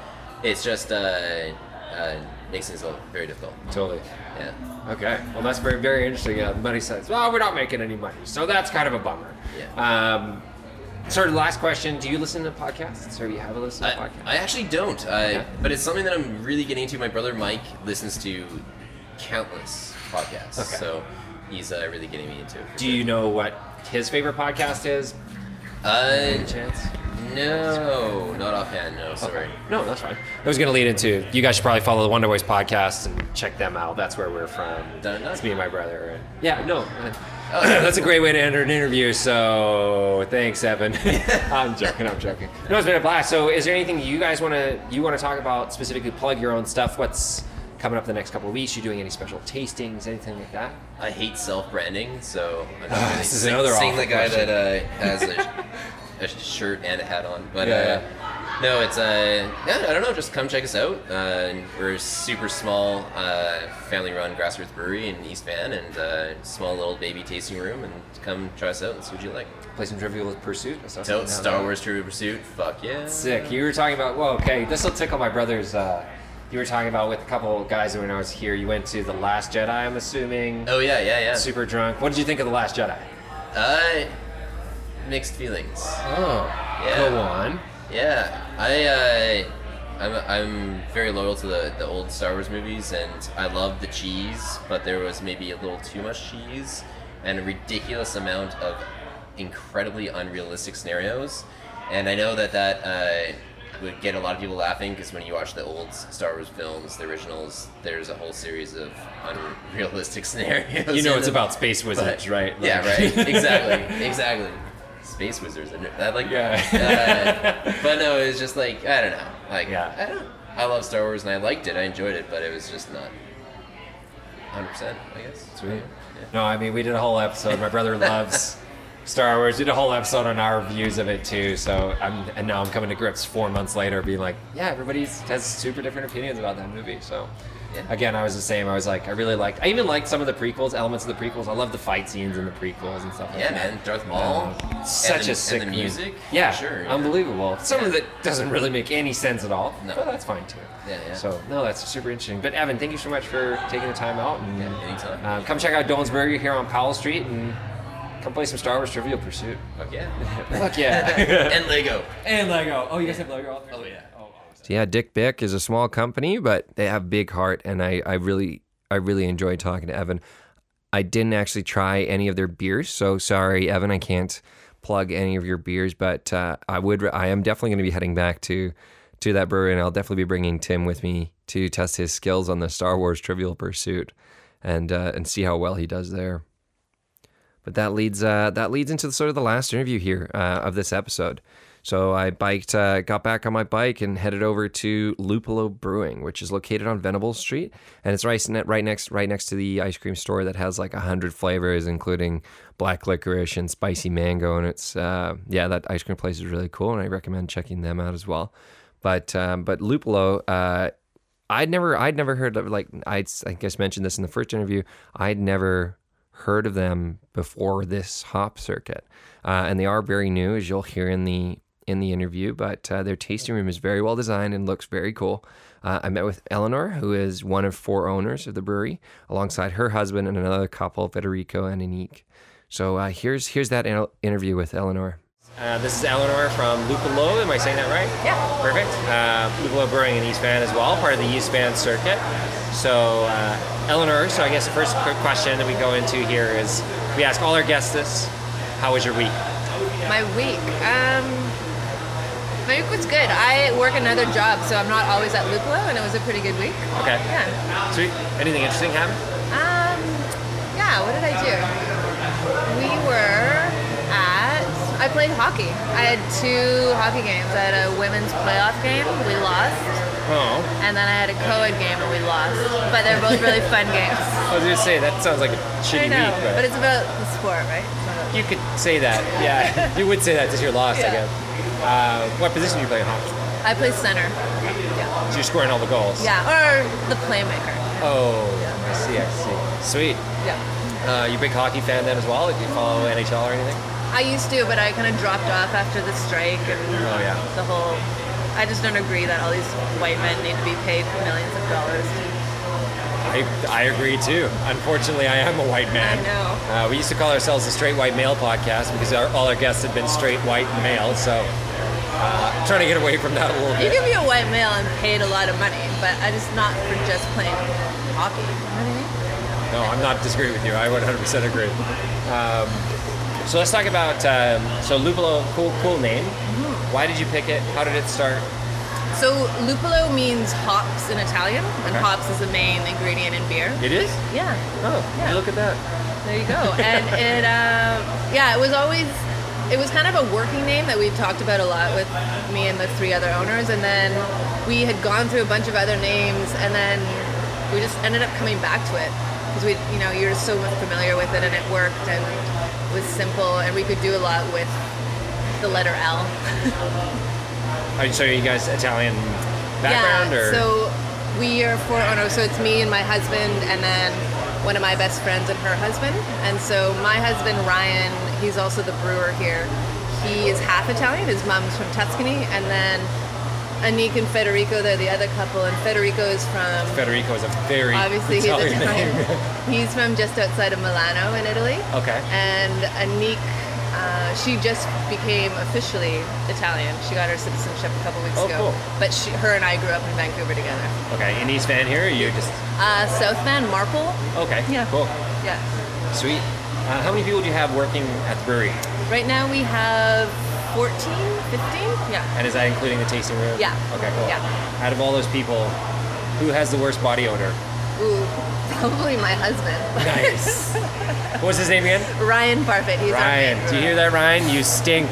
F: it's just uh, uh, makes things a little- very difficult.
A: Totally.
F: Yeah.
A: Okay. Well, that's very very interesting. Uh, money says, well, we're not making any money, so that's kind of a bummer.
F: Yeah.
A: Um, sort of last question: Do you listen to podcasts, or you have a listen to
F: I,
A: podcasts?
F: I actually don't, I,
A: Okay.
F: but it's something that I'm really getting into. My brother Mike listens to countless podcasts,
A: Okay.
F: so he's uh, really getting me into it. for
A: Do
F: sure.
A: you know what his favorite podcast is?
F: Uh,
A: Chance.
F: no, not offhand. No, sorry.
A: No, that's fine. I was going to lead into you guys should probably follow the Wonder Boys podcast and check them out. That's where we're from.
F: Dun, dun.
A: That's me and my brother. And yeah, no. uh,
F: Oh,
A: that's a great way to enter an interview. So thanks, Evan. I'm joking. I'm joking. No, it's been a blast. So is there anything you guys want to you want to talk about specifically? Plug your own stuff. What's coming up the next couple of weeks? You doing any special tastings? Anything like that?
F: I hate self-branding, so I'm not really
A: this is
F: sing-
A: another
F: sing
A: awful
F: the guy
A: question.
F: that uh, has a, a shirt and a hat on. But
A: Yeah,
F: uh, no, it's uh, yeah, I don't know. Just come check us out. Uh, we're a super small, uh, family-run grassroots brewery in East Van, and uh, small little baby tasting room. And come try us out and see what you like.
A: Play some Trivial Pursuit. I saw
F: So
A: something down
F: Star
A: there.
F: Wars True Pursuit. Fuck yeah.
A: Sick. You were talking about. Well, okay, this will tickle my brother's. Uh, you were talking about with a couple guys when I was here. You went to the Last Jedi. I'm assuming.
F: Oh yeah, yeah, yeah.
A: Super drunk. What did you think of the Last Jedi?
F: Uh, mixed feelings.
A: Oh. Go on.
F: Yeah, I uh, I'm I'm very loyal to the the old Star Wars movies, and I love the cheese, but there was maybe a little too much cheese and a ridiculous amount of incredibly unrealistic scenarios, and I know that that. Uh, would get a lot of people laughing because when you watch the old Star Wars films, the originals, there's a whole series of unrealistic scenarios.
A: You know
F: in
A: it's
F: them.
A: about space wizards, right?
F: yeah,
A: Like-
F: right. Exactly. exactly. Space wizards. I kn- I like.
A: Yeah.
F: uh, but no, it was just like I don't know. Like
A: Yeah.
F: I don't. I love Star Wars and I liked it. I enjoyed it, but it was just not 100. percent I guess.
A: Sweet. No, I mean we did a whole episode. My brother loves Star Wars. Did a whole episode on our views of it too. So I'm and now I'm coming to grips four months later, being like, yeah, everybody has super different opinions about that movie. So
F: Yeah.
A: again, I was the same. I was like, I really liked. I even liked some of the prequels, elements of the prequels. I love the fight scenes in the prequels and stuff like
F: Yeah,
A: that.
F: man. Darth Maul.
A: Uh, such
F: and the,
A: a sick
F: and the
A: movie.
F: music.
A: Yeah,
F: Sure. yeah.
A: unbelievable. Some of
F: Yeah.
A: it doesn't really make any sense at all,
F: No.
A: but that's fine too.
F: Yeah, yeah.
A: So no, that's super interesting. But Evan, thank you so much for taking the time out and
F: Yeah, anytime.
A: um, come check out Dolan's Burger here on Powell Street and come play some Star Wars Trivial Pursuit.
F: Fuck yeah.
A: Fuck yeah!
F: and Lego.
A: and Lego. Oh, you guys have Lego out there? Oh yeah. Oh,
I: So yeah, Dick Bick is a small company, but they have big heart, and I, I really I really enjoy talking to Evan. I didn't actually try any of their beers, so sorry, Evan, I can't plug any of your beers, but uh, I would I am definitely going to be heading back to to that brewery, and I'll definitely be bringing Tim with me to test his skills on the Star Wars Trivial Pursuit, and uh, and see how well he does there. But that leads uh, that leads into the, sort of the last interview here uh, of this episode. So I biked, uh, got back on my bike, and headed over to Lupolo Brewing, which is located on Venable Street, and it's right, ne- right next right next to the ice cream store that has like hundred flavors, including black licorice and spicy mango. And it's uh, yeah, that ice cream place is really cool, and I recommend checking them out as well. But um, but Lupolo. Uh, I'd never, I'd never heard of like I'd, I guess mentioned this in the first interview. I'd never heard of them before this hop circuit, uh, and they are very new, as you'll hear in the in the interview. But uh, their tasting room is very well designed and looks very cool. Uh, I met with Eleanor, who is one of four owners of the brewery, alongside her husband and another couple, Federico and Anique. So uh, here's here's that in- interview with Eleanor.
A: Uh, this is Eleanor from Lupolo. Am I saying that right? Yeah. Perfect. Uh, Lupolo Brewing in East Van as well, part of the East Van circuit. So, uh, Eleanor, so I guess the first quick question that we go into here is we ask all our guests this How was your week?
J: My week. Um, my week was good. I work another job, so I'm not always at Luplo, and it was a pretty good week.
A: Okay.
J: Yeah.
A: Sweet. Anything interesting happen?
J: Um, yeah. What did I do? We were at. I played hockey. I had two hockey games. I had a women's playoff game. We lost.
A: Oh.
J: And then I had a co-ed game and we lost. But they're both really fun games.
A: I was going to say, that sounds like a
J: I
A: shitty
J: know.
A: week,
J: But it's about the sport, right? It's not about-
A: you could say that. Yeah. you would say that because you're lost, I
J: Yeah.
A: guess. Uh, what position do you play in hockey?
J: I play center.
A: So you're scoring all the goals.
J: Yeah. Or the playmaker.
A: Oh, I see, I see. Sweet.
J: Yeah.
A: Uh, you a big hockey fan then as well? Like, do you follow NHL or anything?
J: I used to, but I kind of dropped off after the strike and
A: Oh, yeah.
J: the whole. I just don't agree that all these white men need to be paid millions of dollars.
A: I, I agree too. Unfortunately, I am a white man.
J: I know.
A: Uh, we used to call ourselves the Straight White Male Podcast because our, all our guests had been straight white and male. So uh, I'm trying to get away from that a little
J: You
A: bit.
J: can be a white male and paid a lot of money, but I just not for just playing hockey. You know what I mean?
A: No, I'm not disagreeing with you. I 100% agree. Um, so let's talk about um, so Lupolo, cool cool name.
J: Mm-hmm.
A: Why did you pick it? How did it start?
J: So lupolo means hops in Italian, and
A: Okay.
J: hops is the main ingredient in beer.
A: It is.
J: Yeah.
A: Oh,
J: Yeah.
A: look at that.
J: There you go. And it, um, yeah, it was always, it was kind of a working name that we talked about a lot with me and the three other owners. And then we had gone through a bunch of other names, and then we just ended up coming back to it because we, you know, you're so familiar with it, and it worked, and it was simple, and we could do a lot with the letter L.
A: Are you, so are you guys Italian
J: yeah,
A: background or?
J: So we are four owners. So it's me and my husband, and then one of my best friends and her husband. And so my husband Ryan, he's also the brewer here. He is half Italian. His mom's from Tuscany, and then Anik and Federico, they're the other couple. And Federico is from
A: Federico is a very
J: obviously he's
A: Italian
J: Italian.
A: name.
J: he's from just outside of Milano in Italy.
A: Okay.
J: And Anik, uh, she just became officially Italian. She got her citizenship a couple weeks
A: Oh,
J: ago.
A: cool.
J: But she, her and I grew up in Vancouver together.
A: Okay, in East Van here, you just
J: Uh, South Van Marple.
A: okay.
J: Yeah.
A: Cool.
J: Yeah.
A: Sweet. Uh, how many people do you have working at the brewery?
J: Right now we have 14, 15? Yeah.
A: And is that including the tasting room?
J: Yeah.
A: Okay, cool.
J: Yeah.
A: Out of all those people, who has the worst body odor?
J: Ooh, probably my husband.
A: Nice. What was his name again?
J: Ryan Parfit. He's
A: Ryan.
J: our
A: Do you hear that, Ryan? You stink.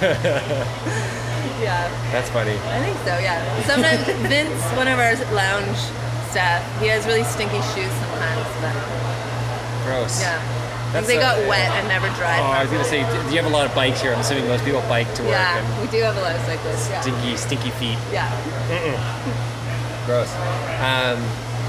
A: That's
J: main. Yeah.
A: funny.
J: I think so, yeah. Sometimes Vince, one of our lounge staff, he has really stinky shoes sometimes, but
A: Gross.
J: yeah.
A: That's
J: they
A: a-
J: got wet and never
A: Oh,
J: dried.
A: I was gonna
J: properly.
A: say, do do you have a lot of bikes here? I'm assuming most people bike to work.
J: Yeah, we do have a lot of cyclists. Yeah. Mm.
A: And stinky, stinky feet.
J: Yeah.
A: Gross. Um,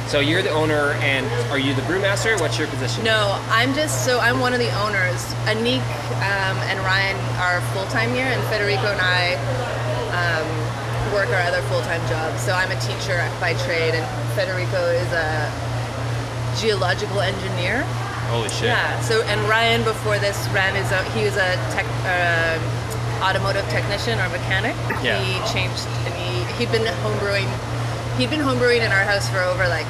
A: so you're the owner, and are you the brewmaster? What's your position?
J: No, I'm just so I'm one of the owners. Anik um, and Ryan are full time here, and Federico and I um, work our other full time jobs. So I'm a teacher by trade, and Federico is a geological engineer.
F: Holy shit.
J: Yeah. So and Ryan before this ran his own. He was a tech, uh, automotive technician or mechanic.
F: Yeah.
J: He changed and he he'd been homebrewing. He'd been homebrewing in our house for over like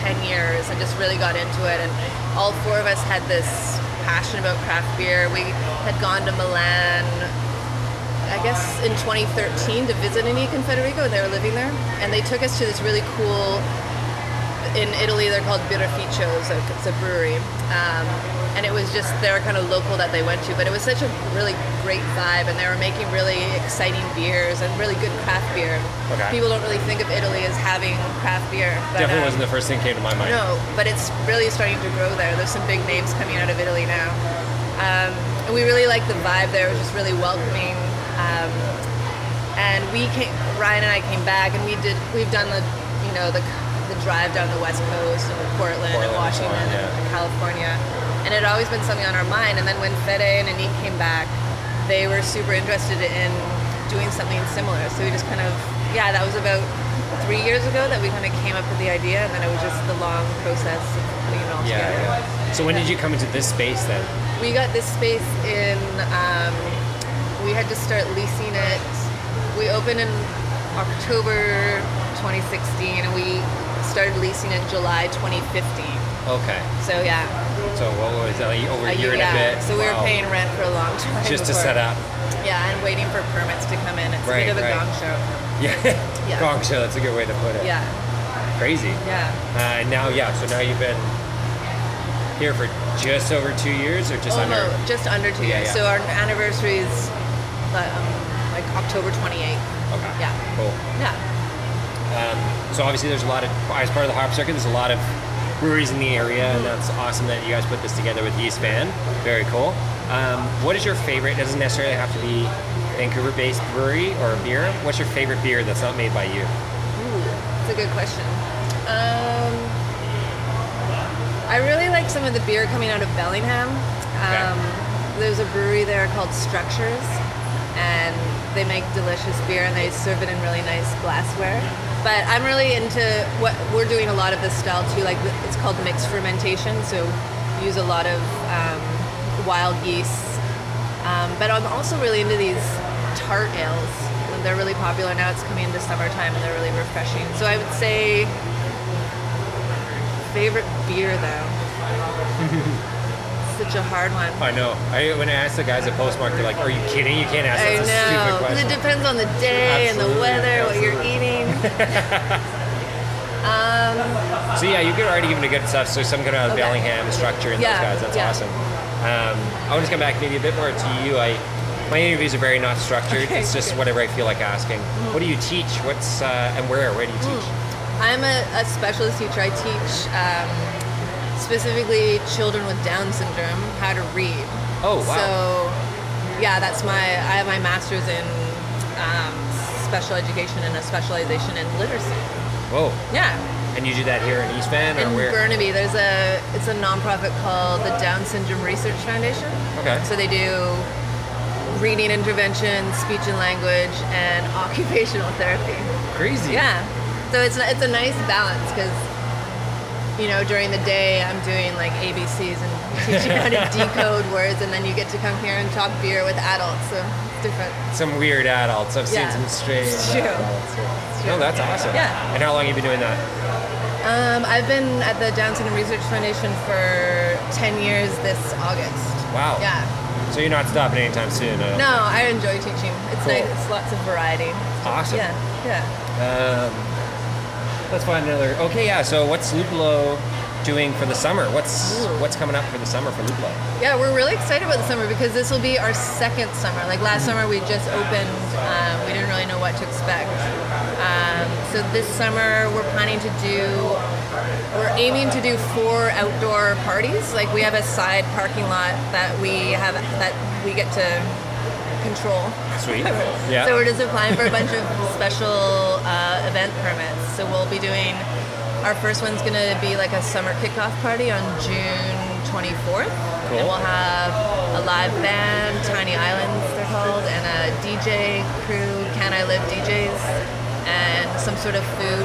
J: ten years and just really got into it. And all four of us had this passion about craft beer. We had gone to Milan I guess in 2013 to visit Anik and Federico. They were living there, and they took us to this really cool. In Italy, they're called birrificios. like, It's a brewery, um, and it was just they were kind of local that they went to. But it was such a really great vibe, and they were making really exciting beers and really good craft beer.
A: Okay.
J: People don't really think of Italy as having craft beer. but,
A: Definitely
J: um,
A: wasn't the first thing that came to my mind.
J: no, but it's really starting to grow there. There's some big names coming out of Italy now. Um, and we really like the vibe there. It was just really welcoming. Um, and we came, Ryan and I came back, and we did. We've done the, you know, the the drive down the West Coast and Portland, and
A: Portland,
J: Washington
A: yeah.
J: and California, and it had always been something on our mind. And then when Fede and Anik came back, they were super interested in doing something similar. So we just kind of, yeah, that was about three years ago that we kind of came up with the idea, and then it was just the long process of putting it all
A: Yeah,
J: together.
A: yeah. So when did you come into this space then?
J: We got this space in. Um, we had to start leasing it. We opened in October 2016, and we started leasing in July 2015.
A: Okay.
J: So yeah,
A: So what was that? Like over a year and
J: yeah.
A: a bit.
J: So we
A: Wow.
J: were paying rent for a long time.
A: just to
J: before-
A: set up.
J: Yeah, and waiting for permits to come in. It's
A: Right,
J: a bit of a
A: right.
J: gong show.
A: Yeah.
J: Yeah.
A: Gong show. That's a good way to put it.
J: Yeah,
A: Crazy.
J: yeah.
A: Uh, and now, yeah. So now you've been here for just over two years, or just
J: oh,
A: under.
J: no, just under two
A: Yeah,
J: years.
A: yeah.
J: So our anniversary is um, like October 28th.
A: Okay.
J: Yeah,
A: Cool.
J: yeah.
A: Um, So obviously, there's a lot of as part of the hop circuit. There's a lot of breweries in the area, and that's awesome that you guys put this together with Yeast Van. Very cool. Um, what is your favorite? It doesn't necessarily have to be Vancouver-based brewery or beer. What's your favorite beer that's not made by you?
J: Ooh, that's a good question. Um, I really like some of the beer coming out of Bellingham. Um, There's a brewery there called Structures, and they make delicious beer and they serve it in really nice glassware. But I'm really into what we're doing a lot of this style too. Like it's called mixed fermentation, so use a lot of um, wild yeasts um, but I'm also really into these tart ales. They're really popular now. It's coming into summertime and they're really refreshing. So I would say favorite beer though.
A: Hmm.
J: Such a hard one.
A: I know. I, when I asked the guys at Postmark, they're like, "Are you kidding? You can't ask
J: I
A: that. That's a stupid
J: know. 'cause
A: question."
J: it depends on the day and the
A: Absolutely,
J: weather, what you're eating. um,
A: So yeah, you could already give it a good stuff. So some kind of
J: Okay.
A: Bellingham and structure and
J: Yeah,
A: those guys. That's
J: yeah.
A: awesome. Um, I want to come back maybe a bit more to you. I my interviews are very not structured.
J: Okay, Mm-hmm.
A: it's just
J: good.
A: whatever I feel like asking. What do you teach? What's uh, and where? Where do you teach?
J: hmm. I'm a, a specialist teacher. I teach um, specifically children with Down syndrome how to read.
A: Oh, wow.
J: So, yeah, that's my. I have my master's in um, special education and a specialization in literacy.
A: Whoa!
J: Mm. Yeah,
A: And you do that here in East Van or
J: in
A: where?
J: Burnaby, there's a. It's a nonprofit called the Down Syndrome Research Foundation.
A: Okay.
J: So they do reading intervention, speech and language, and occupational therapy.
A: Crazy.
J: Yeah. So it's it's a nice balance because you know during the day I'm doing like ABCs and teaching how to decode words, and then you get to come here and talk beer with adults. So it's different.
A: Some weird adults. I've
J: Yeah.
A: seen some strange.
J: It's true.
A: adults. No, that's awesome.
J: Yeah.
A: And how long have you been doing that?
J: Um, I've been at the Down Syndrome Research Foundation for ten years this August.
A: Wow.
J: Yeah.
A: So you're not stopping anytime soon. I don't
J: No, I enjoy teaching. It's
A: Cool.
J: nice. It's lots of variety.
A: Awesome.
J: Yeah, yeah.
A: Um, let's find another. Okay, yeah. So what's Luplo doing for the summer? What's
J: Ooh.
A: what's coming up for the summer for Luplo?
J: Yeah, we're really excited about the summer because this will be our second summer. Like last
A: Hmm.
J: summer, we just opened. Um, we didn't really know what to expect. Um, so this summer, we're planning to do. We're aiming to do four outdoor parties. Like we have a side parking lot that we have that we get to control.
A: Sweet. Yeah.
J: So we're just applying for a bunch of special uh, event permits. So we'll be doing our first one's going to be like a summer kickoff party on June 24th.
A: Cool.
J: And we'll have a live band, Tiny Islands they're called, and a DJ crew, Can I Live DJs, and some sort of food.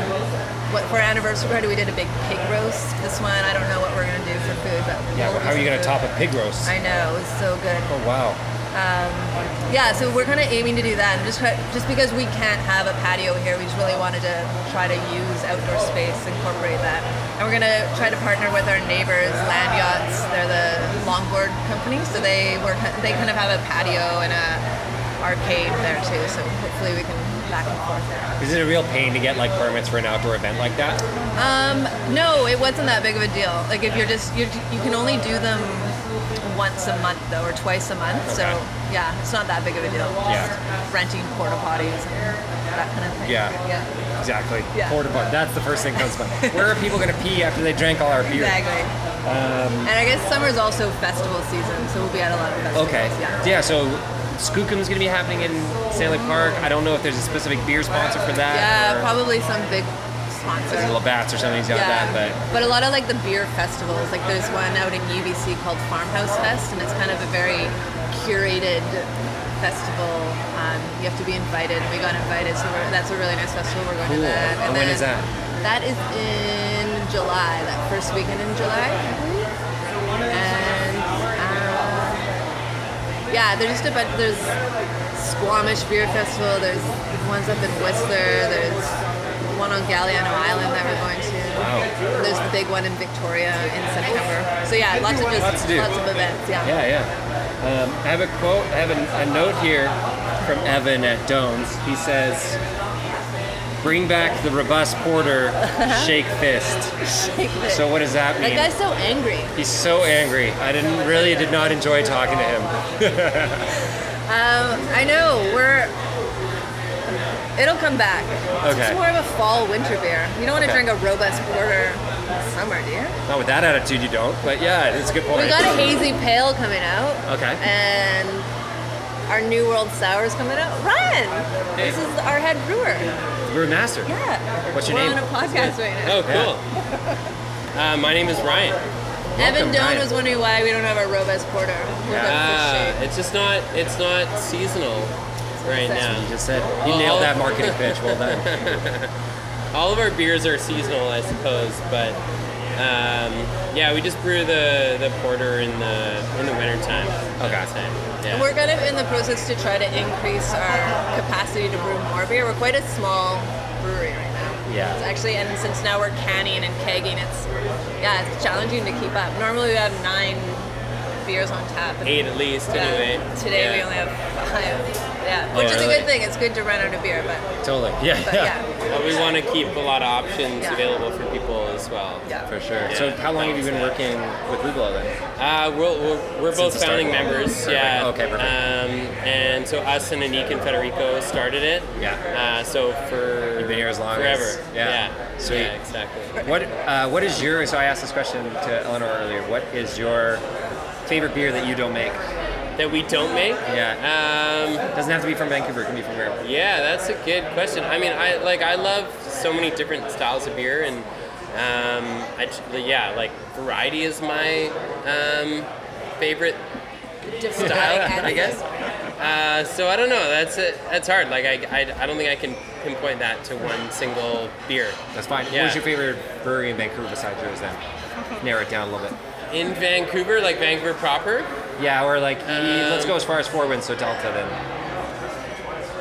J: What for our anniversary party we did a big pig roast. This one I don't know what we're gonna do for food, but
A: Yeah.
J: we'll
A: How are
J: do
A: you
J: some
A: gonna top
J: food.
A: a pig roast?
J: I know it was so good.
A: Oh wow.
J: Um, yeah, so we're kind of aiming to do that, and just try, just because we can't have a patio here, we just really wanted to try to use outdoor space, incorporate that, and we're gonna try to partner with our neighbors, Land Yachts. They're the longboard company, so they were they kind of have a patio and a arcade there too. So hopefully we can back and forth there.
A: Is it a real pain to get like permits for an outdoor event like that?
J: Um, no, it wasn't that big of a deal. Like if you're just you you can only do them once a month though, or twice a month. So
A: Okay.
J: yeah, it's not that big of a deal.
A: Yeah.
J: Just renting porta potties and that kind of thing.
A: Yeah.
J: Yeah.
A: Exactly.
J: Yeah.
A: Porta potty. That's the first thing comes to mind. Where are people gonna pee after they drank all our beer?
J: Exactly.
A: Um,
J: And I guess summer's also festival season, so we'll be at a lot of festivals.
A: okay.
J: Yeah.
A: Yeah. So Skookum's gonna be happening in Stanley Park. I don't know if there's a specific beer sponsor for that.
J: Yeah,
A: or
J: probably some big sponsor.
A: There's Labatt's or something's got that, but.
J: a lot of like the beer festivals, like there's one out in UBC called Farmhouse Fest, and it's kind of a very curated festival. Um, you have to be invited. We got invited, so we're, that's a really nice festival. We're going
A: Cool.
J: to that.
A: And when is that?
J: That is in July. That first weekend in July. I believe. And uh, yeah, there's just a bunch. There's Squamish Beer Festival. There's ones up in Whistler. There's one on Galliano Island that we're going to.
A: Wow.
J: There's the big one in Victoria in September. So yeah, lots of just
A: Lots to do.
J: lots of events. Yeah.
A: Yeah, yeah. Um, I have a quote. I have a, a note here from Evan at Domes. He says, "Bring back the robust porter, shake fist." So what does that
J: That
A: mean?
J: guy's so angry.
A: He's so angry. I didn't really did not enjoy talking to him.
J: Um, I know we're. It'll come back.
A: Okay.
J: It's more of a fall winter beer. You don't want to
A: Okay.
J: drink a robust porter in summer, do you?
A: not with that attitude, you don't. But yeah, it's a good point.
J: We got a hazy pale coming out,
A: Okay.
J: and our New World sour is coming out. Ryan, this is our head brewer.
A: You're a master.
J: Yeah.
A: What's your
J: We're
A: name?
J: on a podcast right now.
B: Oh, cool. Uh, my name is Ryan.
J: Evan
B: Welcome,
J: Doan
B: Ryan.
J: was wondering why we don't have a robust porter. We're gonna
B: Ah, it's just not it's not seasonal
J: That's
B: right now.
J: what you
A: just said. You nailed that marketing pitch. Well done.
B: All of our beers are seasonal, I suppose, but um, yeah, we just brew the, the porter in the in the wintertime. Okay.
J: And
B: Yeah.
J: We're kind of in the process to try to increase our capacity to brew more beer. We're quite a small brewery right now.
A: Yeah.
J: It's actually, and since now we're canning and kegging, it's yeah, it's challenging to keep up. Normally we have nine beers on tap. and-
B: Eight at least,
J: Yeah.
B: anyway.
J: Today we
B: Yeah.
J: only have five. Yeah, which
B: Oh,
J: is a
B: really?
J: good thing. It's good to run out of beer, but
A: Totally. Yeah.
J: but
A: yeah.
J: yeah.
B: But we want to keep a lot of options
J: Yeah.
B: available for people as well.
J: Yeah.
A: For sure.
B: Yeah.
A: So how long have you been working with Lublo then?
B: Uh, we're, we're, we're
A: Since
B: both
A: the start.
B: founding members,
A: Perfect. Oh.
B: yeah.
A: Okay, perfect.
B: Um, and so us and Anik and Federico started it.
A: Yeah.
B: Uh, so for
A: You've been here as long
B: forever.
A: as- yeah.
B: yeah.
A: Sweet.
B: Yeah, exactly.
A: What uh, What is your? So I asked this question to Eleanor earlier. What is your favorite beer that you don't make?
B: That we don't make.
A: Yeah,
B: Um,
A: doesn't have to be from Vancouver. It can be from wherever.
B: Yeah, that's a good question. I mean, I like I love so many different styles of beer, and um, I j- yeah, like variety is my um, favorite
J: Different
B: style, I guess. Uh, so I don't know. That's it. That's hard. Like I, I, I don't think I can pinpoint that to one single beer.
A: That's fine.
B: Yeah.
A: What's your favorite brewery in Vancouver besides yours? Then narrow it down a little bit.
B: In Vancouver, like Vancouver proper,
A: Yeah, or like e-
B: Um,
A: let's go as far as Four Winds, so Delta then,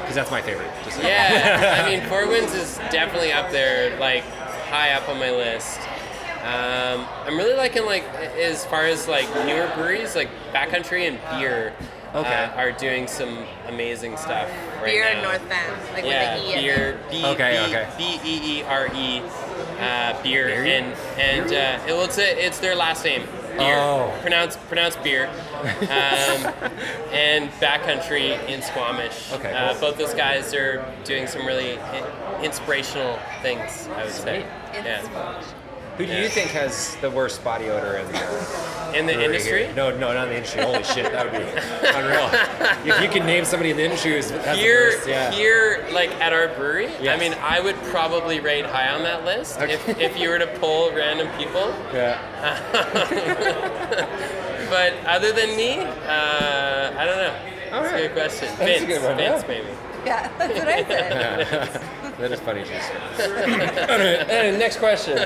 A: because that's my favorite. Just
B: Yeah, I mean, Four Winds is definitely up there, like high up on my list. Um, I'm really liking like as far as like newer breweries, like Backcountry and Beer
A: Okay.
B: uh, are doing some amazing stuff right
J: beer
B: now.
J: in North Bend, like
B: yeah,
J: with the E. at the end.
B: beer. B,
A: Okay,
B: B- E,
A: okay.
B: B-E-E-R-E, uh, beer,
A: Beer?
B: and and uh, it, well, it's a, it's their last name. Beer.
A: Oh.
B: Pronounce pronounce beer. Um, and backcountry in Squamish.
A: Okay,
B: Uh,
A: cool.
B: both those guys are doing some really i- inspirational things. I would say. Yeah.
A: Who do you think has the worst body odor in the,
B: In the
A: brewery
B: industry?
A: here? No, no, not in the industry. Holy shit, that would be unreal. If you could name somebody in the industry who's has
B: here,
A: the worst, yeah.
B: here, like at our brewery.
A: Yes.
B: I mean, I would probably rate high on that list if, if you were to poll random people.
A: Yeah.
B: But other than me, uh, I don't know. That's a good question.
A: That's a
B: Vince,
A: good one,
B: Vince
A: yeah.
B: maybe.
J: Yeah, that's what I said.
A: that is funny, Jason. Anyway, Next question.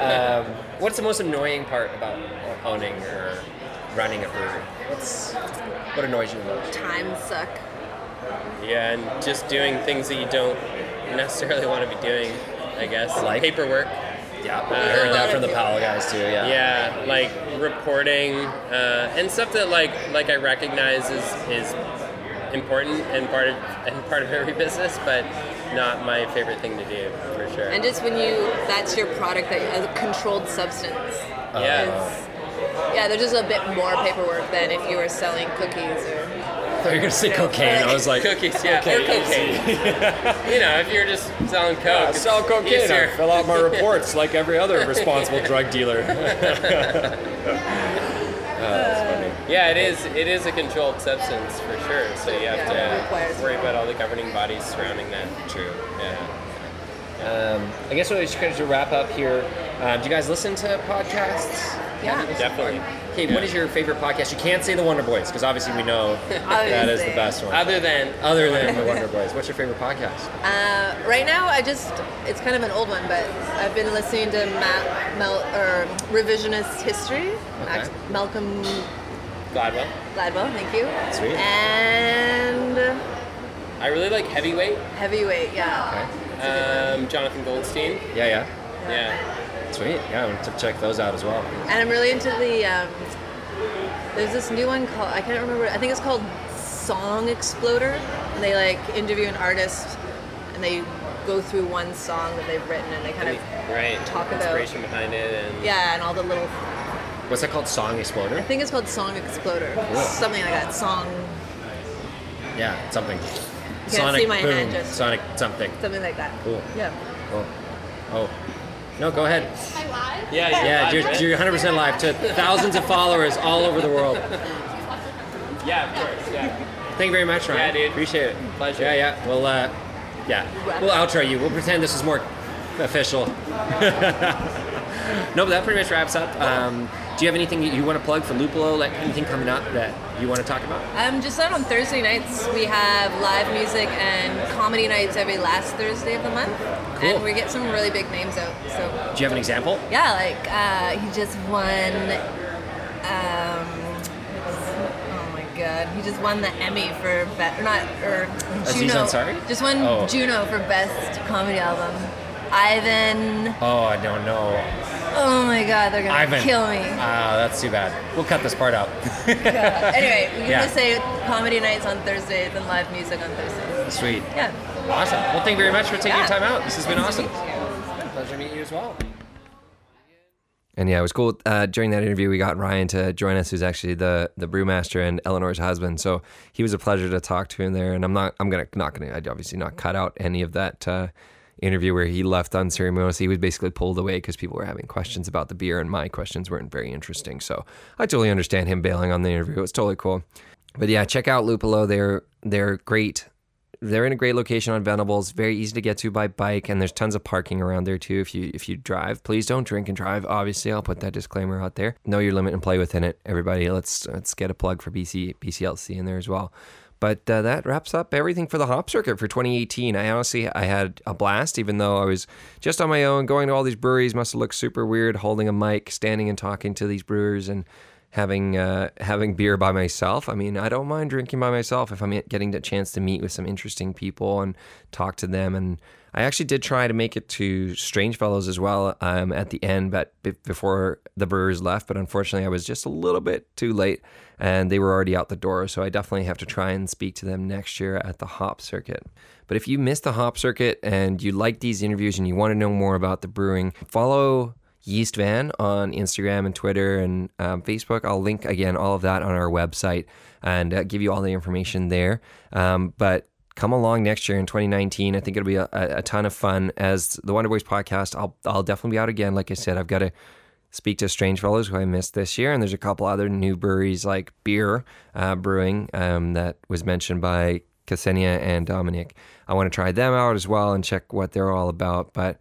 A: Um, what's the most annoying part about owning or running a brewery? What's, what annoys you the most?
J: Time suck.
B: Yeah, and just doing things that you don't necessarily want to be doing, I guess.
A: Like?
B: paperwork.
A: Yeah, I
B: Uh,
A: heard that from the Powell guys too. Yeah.
B: Yeah, like reporting uh, and stuff that like like I recognize is is important and part of and part of every business, but not my favorite thing to do for sure.
J: And just when you, that's your product, that a controlled substance.
B: yeah.
J: Yeah, there's just a bit more paperwork than if you were selling cookies or.
A: I thought you were gonna say cocaine. I was like,
B: cookies, yeah, or cocaine. you know, if you're just selling coke,
A: Yeah,
B: it's
A: sell cocaine. I
B: easier.
A: fill out my reports like every other responsible drug dealer.
B: Oh, Yeah, it is. It is a controlled substance for sure. So you have
J: Yeah, it requires-
B: to worry about all the governing bodies surrounding that. True. Yeah.
A: um, I guess we're just going to wrap up here. Um, do you guys listen to podcasts?
J: Yeah.
B: Definitely.
A: Okay, what is your favorite podcast? You can't say the Wonder Boys because obviously we know that is the
J: Obviously.
A: best one.
B: Other than
A: Other than the Wonder Boys, what's your favorite podcast?
J: Uh, right now, I just, it's kind of an old one, but I've been listening to Ma- Mel, or Revisionist History, Max- Malcolm
B: Gladwell,
J: Gladwell, thank you.
A: Sweet.
J: And
B: I really like heavyweight.
J: Heavyweight, yeah.
A: Okay.
B: Um, Jonathan Goldstein.
A: Yeah,
B: Yeah.
A: yeah. Sweet. Yeah, I'm to check those out as well.
J: And I'm really into the. Um, there's this new one called I can't remember. I think it's called Song Exploder. And they like interview an artist, and they go through one song that they've written, and they kind of
B: Right.
J: Talk about-
B: inspiration behind it and
J: yeah, and all the little.
A: What's that called? Song Exploder?
J: I think it's called Song Exploder, something like that. Song,
A: Yeah, something.
J: Can't
A: Sonic
J: see my
A: boom.
J: hand just-
A: Sonic something.
J: something like that.
A: Cool.
J: Yeah.
A: Cool. Oh. No, go ahead.
B: yeah.
A: Yeah, you're,
B: right?
A: you're 100% live to thousands of followers all over the world.
B: yeah, of course. Yeah.
A: Thank you very much, Ryan.
B: Yeah, dude.
A: Appreciate it.
B: Pleasure.
A: Yeah, yeah. We'll, uh, yeah. We'll outro you. We'll pretend this is more official. no, but that pretty much wraps up. Um, do you have anything you want to plug for Lupolo? Like anything coming up that you want to talk about?
J: Um, just out on Thursday nights, we have live music and comedy nights every last Thursday of the month,
A: Cool.
J: and we get some really big names out. So
A: Do you have an example?
J: Yeah, like uh, he just won. Um, oh my god, he just won the Emmy for best, not or
A: Aziz
J: Juno.
A: Ansari?
J: Just won
A: Oh.
J: Juno for best comedy album. Ivan.
A: Oh, I don't know.
J: Oh my god, they're gonna
A: Ivan.
J: kill me.
A: Ah, that's too bad. We'll cut this part out.
J: God. Anyway, we can
A: Yeah.
J: just say comedy nights on Thursdays and live music on Thursdays.
A: Sweet.
J: Yeah.
A: Awesome. Well, thank you very much for taking your
J: Yeah.
A: time out. This has been
J: Nice to
A: awesome.
J: meet you.
A: Pleasure meeting you as well.
I: And yeah, it was cool. Uh, during that interview, we got Ryan to join us, who's actually the the brewmaster and Eleanor's husband. So he was a pleasure to talk to in there. And I'm not, I'm gonna not gonna, I obviously not cut out any of that uh, interview where he left unceremoniously. He was basically pulled away because people were having questions about the beer, and my questions weren't very interesting. So I totally understand him bailing on the interview. It was totally cool. But yeah, check out Lupolo. They're they're great they're in a great location on Venables, very easy to get to by bike, and there's tons of parking around there too. If you if you drive, please don't drink and drive. Obviously, I'll put that disclaimer out there. Know your limit and play within it, everybody. Let's let's get a plug for BC BCLC in there as well. But uh, that wraps up everything for the hop circuit for 2018. I honestly I had a blast, even though I was just on my own, going to all these breweries. Must have looked super weird, holding a mic, standing and talking to these brewers, and
A: having uh, having beer by myself. I mean, I don't mind drinking by myself if I'm getting the chance to meet with some interesting people and talk to them. And I actually did try to make it to Strange Fellows as well um, at the end, but b- before the brewers left. But unfortunately, I was just a little bit too late, and they were already out the door. So I definitely have to try and speak to them next year at the Hop Circuit. But if you missed the Hop Circuit and you like these interviews and you want to know more about the brewing, follow Yeast Van on Instagram and Twitter and um, Facebook. I'll link again all of that on our website and uh, give you all the information there. Um, but come along next year in 2019. I think it'll be a, a ton of fun. As the Wonder Boys podcast, I'll I'll definitely be out again. Like I said, I've got to speak to Strange Fellows, who I missed this year, and there's a couple other new breweries like Beer uh, Brewing um, that was mentioned by Ksenia and Dominic. I want to try them out as well and check what they're all about. But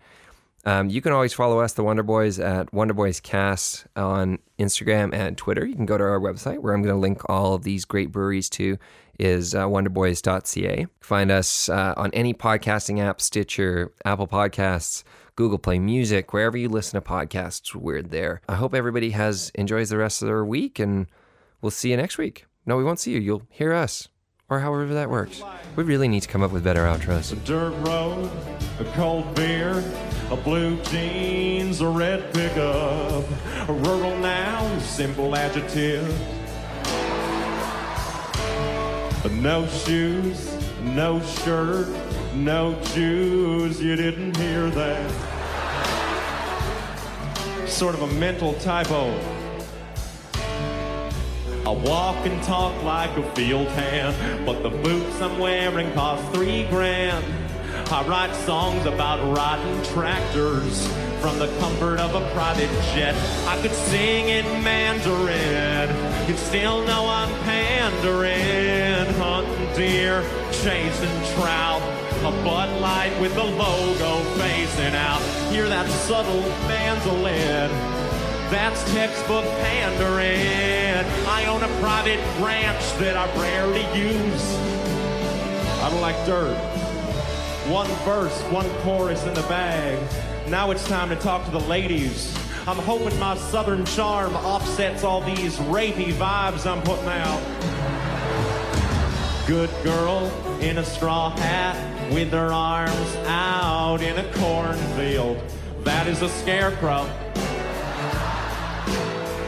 A: um, you can always follow us, the Wonder Boys, at Wonder Boys Cast on Instagram and Twitter. You can go to our website where I'm going to link all of these great breweries to is uh, wonderboys.ca. Find us uh, on any podcasting app, Stitcher, Apple Podcasts, Google Play Music, wherever you listen to podcasts, we're there. I hope everybody has enjoys the rest of their week, and we'll see you next week. No, we won't see you. You'll hear us, or however that works. We really need to come up with better outros.
K: dirt road, a cold beer, a blue jeans, a red pickup, a rural noun, simple adjective. No shoes, no shirt, no Jews, you didn't hear that. Sort of a mental typo. I walk and talk like a field hand, but the boots I'm wearing cost three grand. I write songs about rotten tractors from the comfort of a private jet. I could sing in Mandarin, you'd still know I'm pandering. Hunting deer, chasing trout, a Bud Light with the logo facing out. Hear that subtle mandolin. That's textbook pandering. I own a private ranch that I rarely use. I don't like dirt. One verse, one chorus in the bag. Now it's time to talk to the ladies. I'm hoping my southern charm offsets all these rapey vibes I'm putting out. Good girl in a straw hat with her arms out in a cornfield. That is a scarecrow.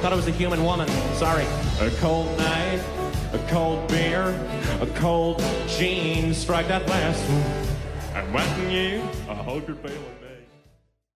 K: Thought it was a human woman. Sorry. A cold night, a cold beer, a cold jeans. Strike that last one. And when you, I hold your feeling.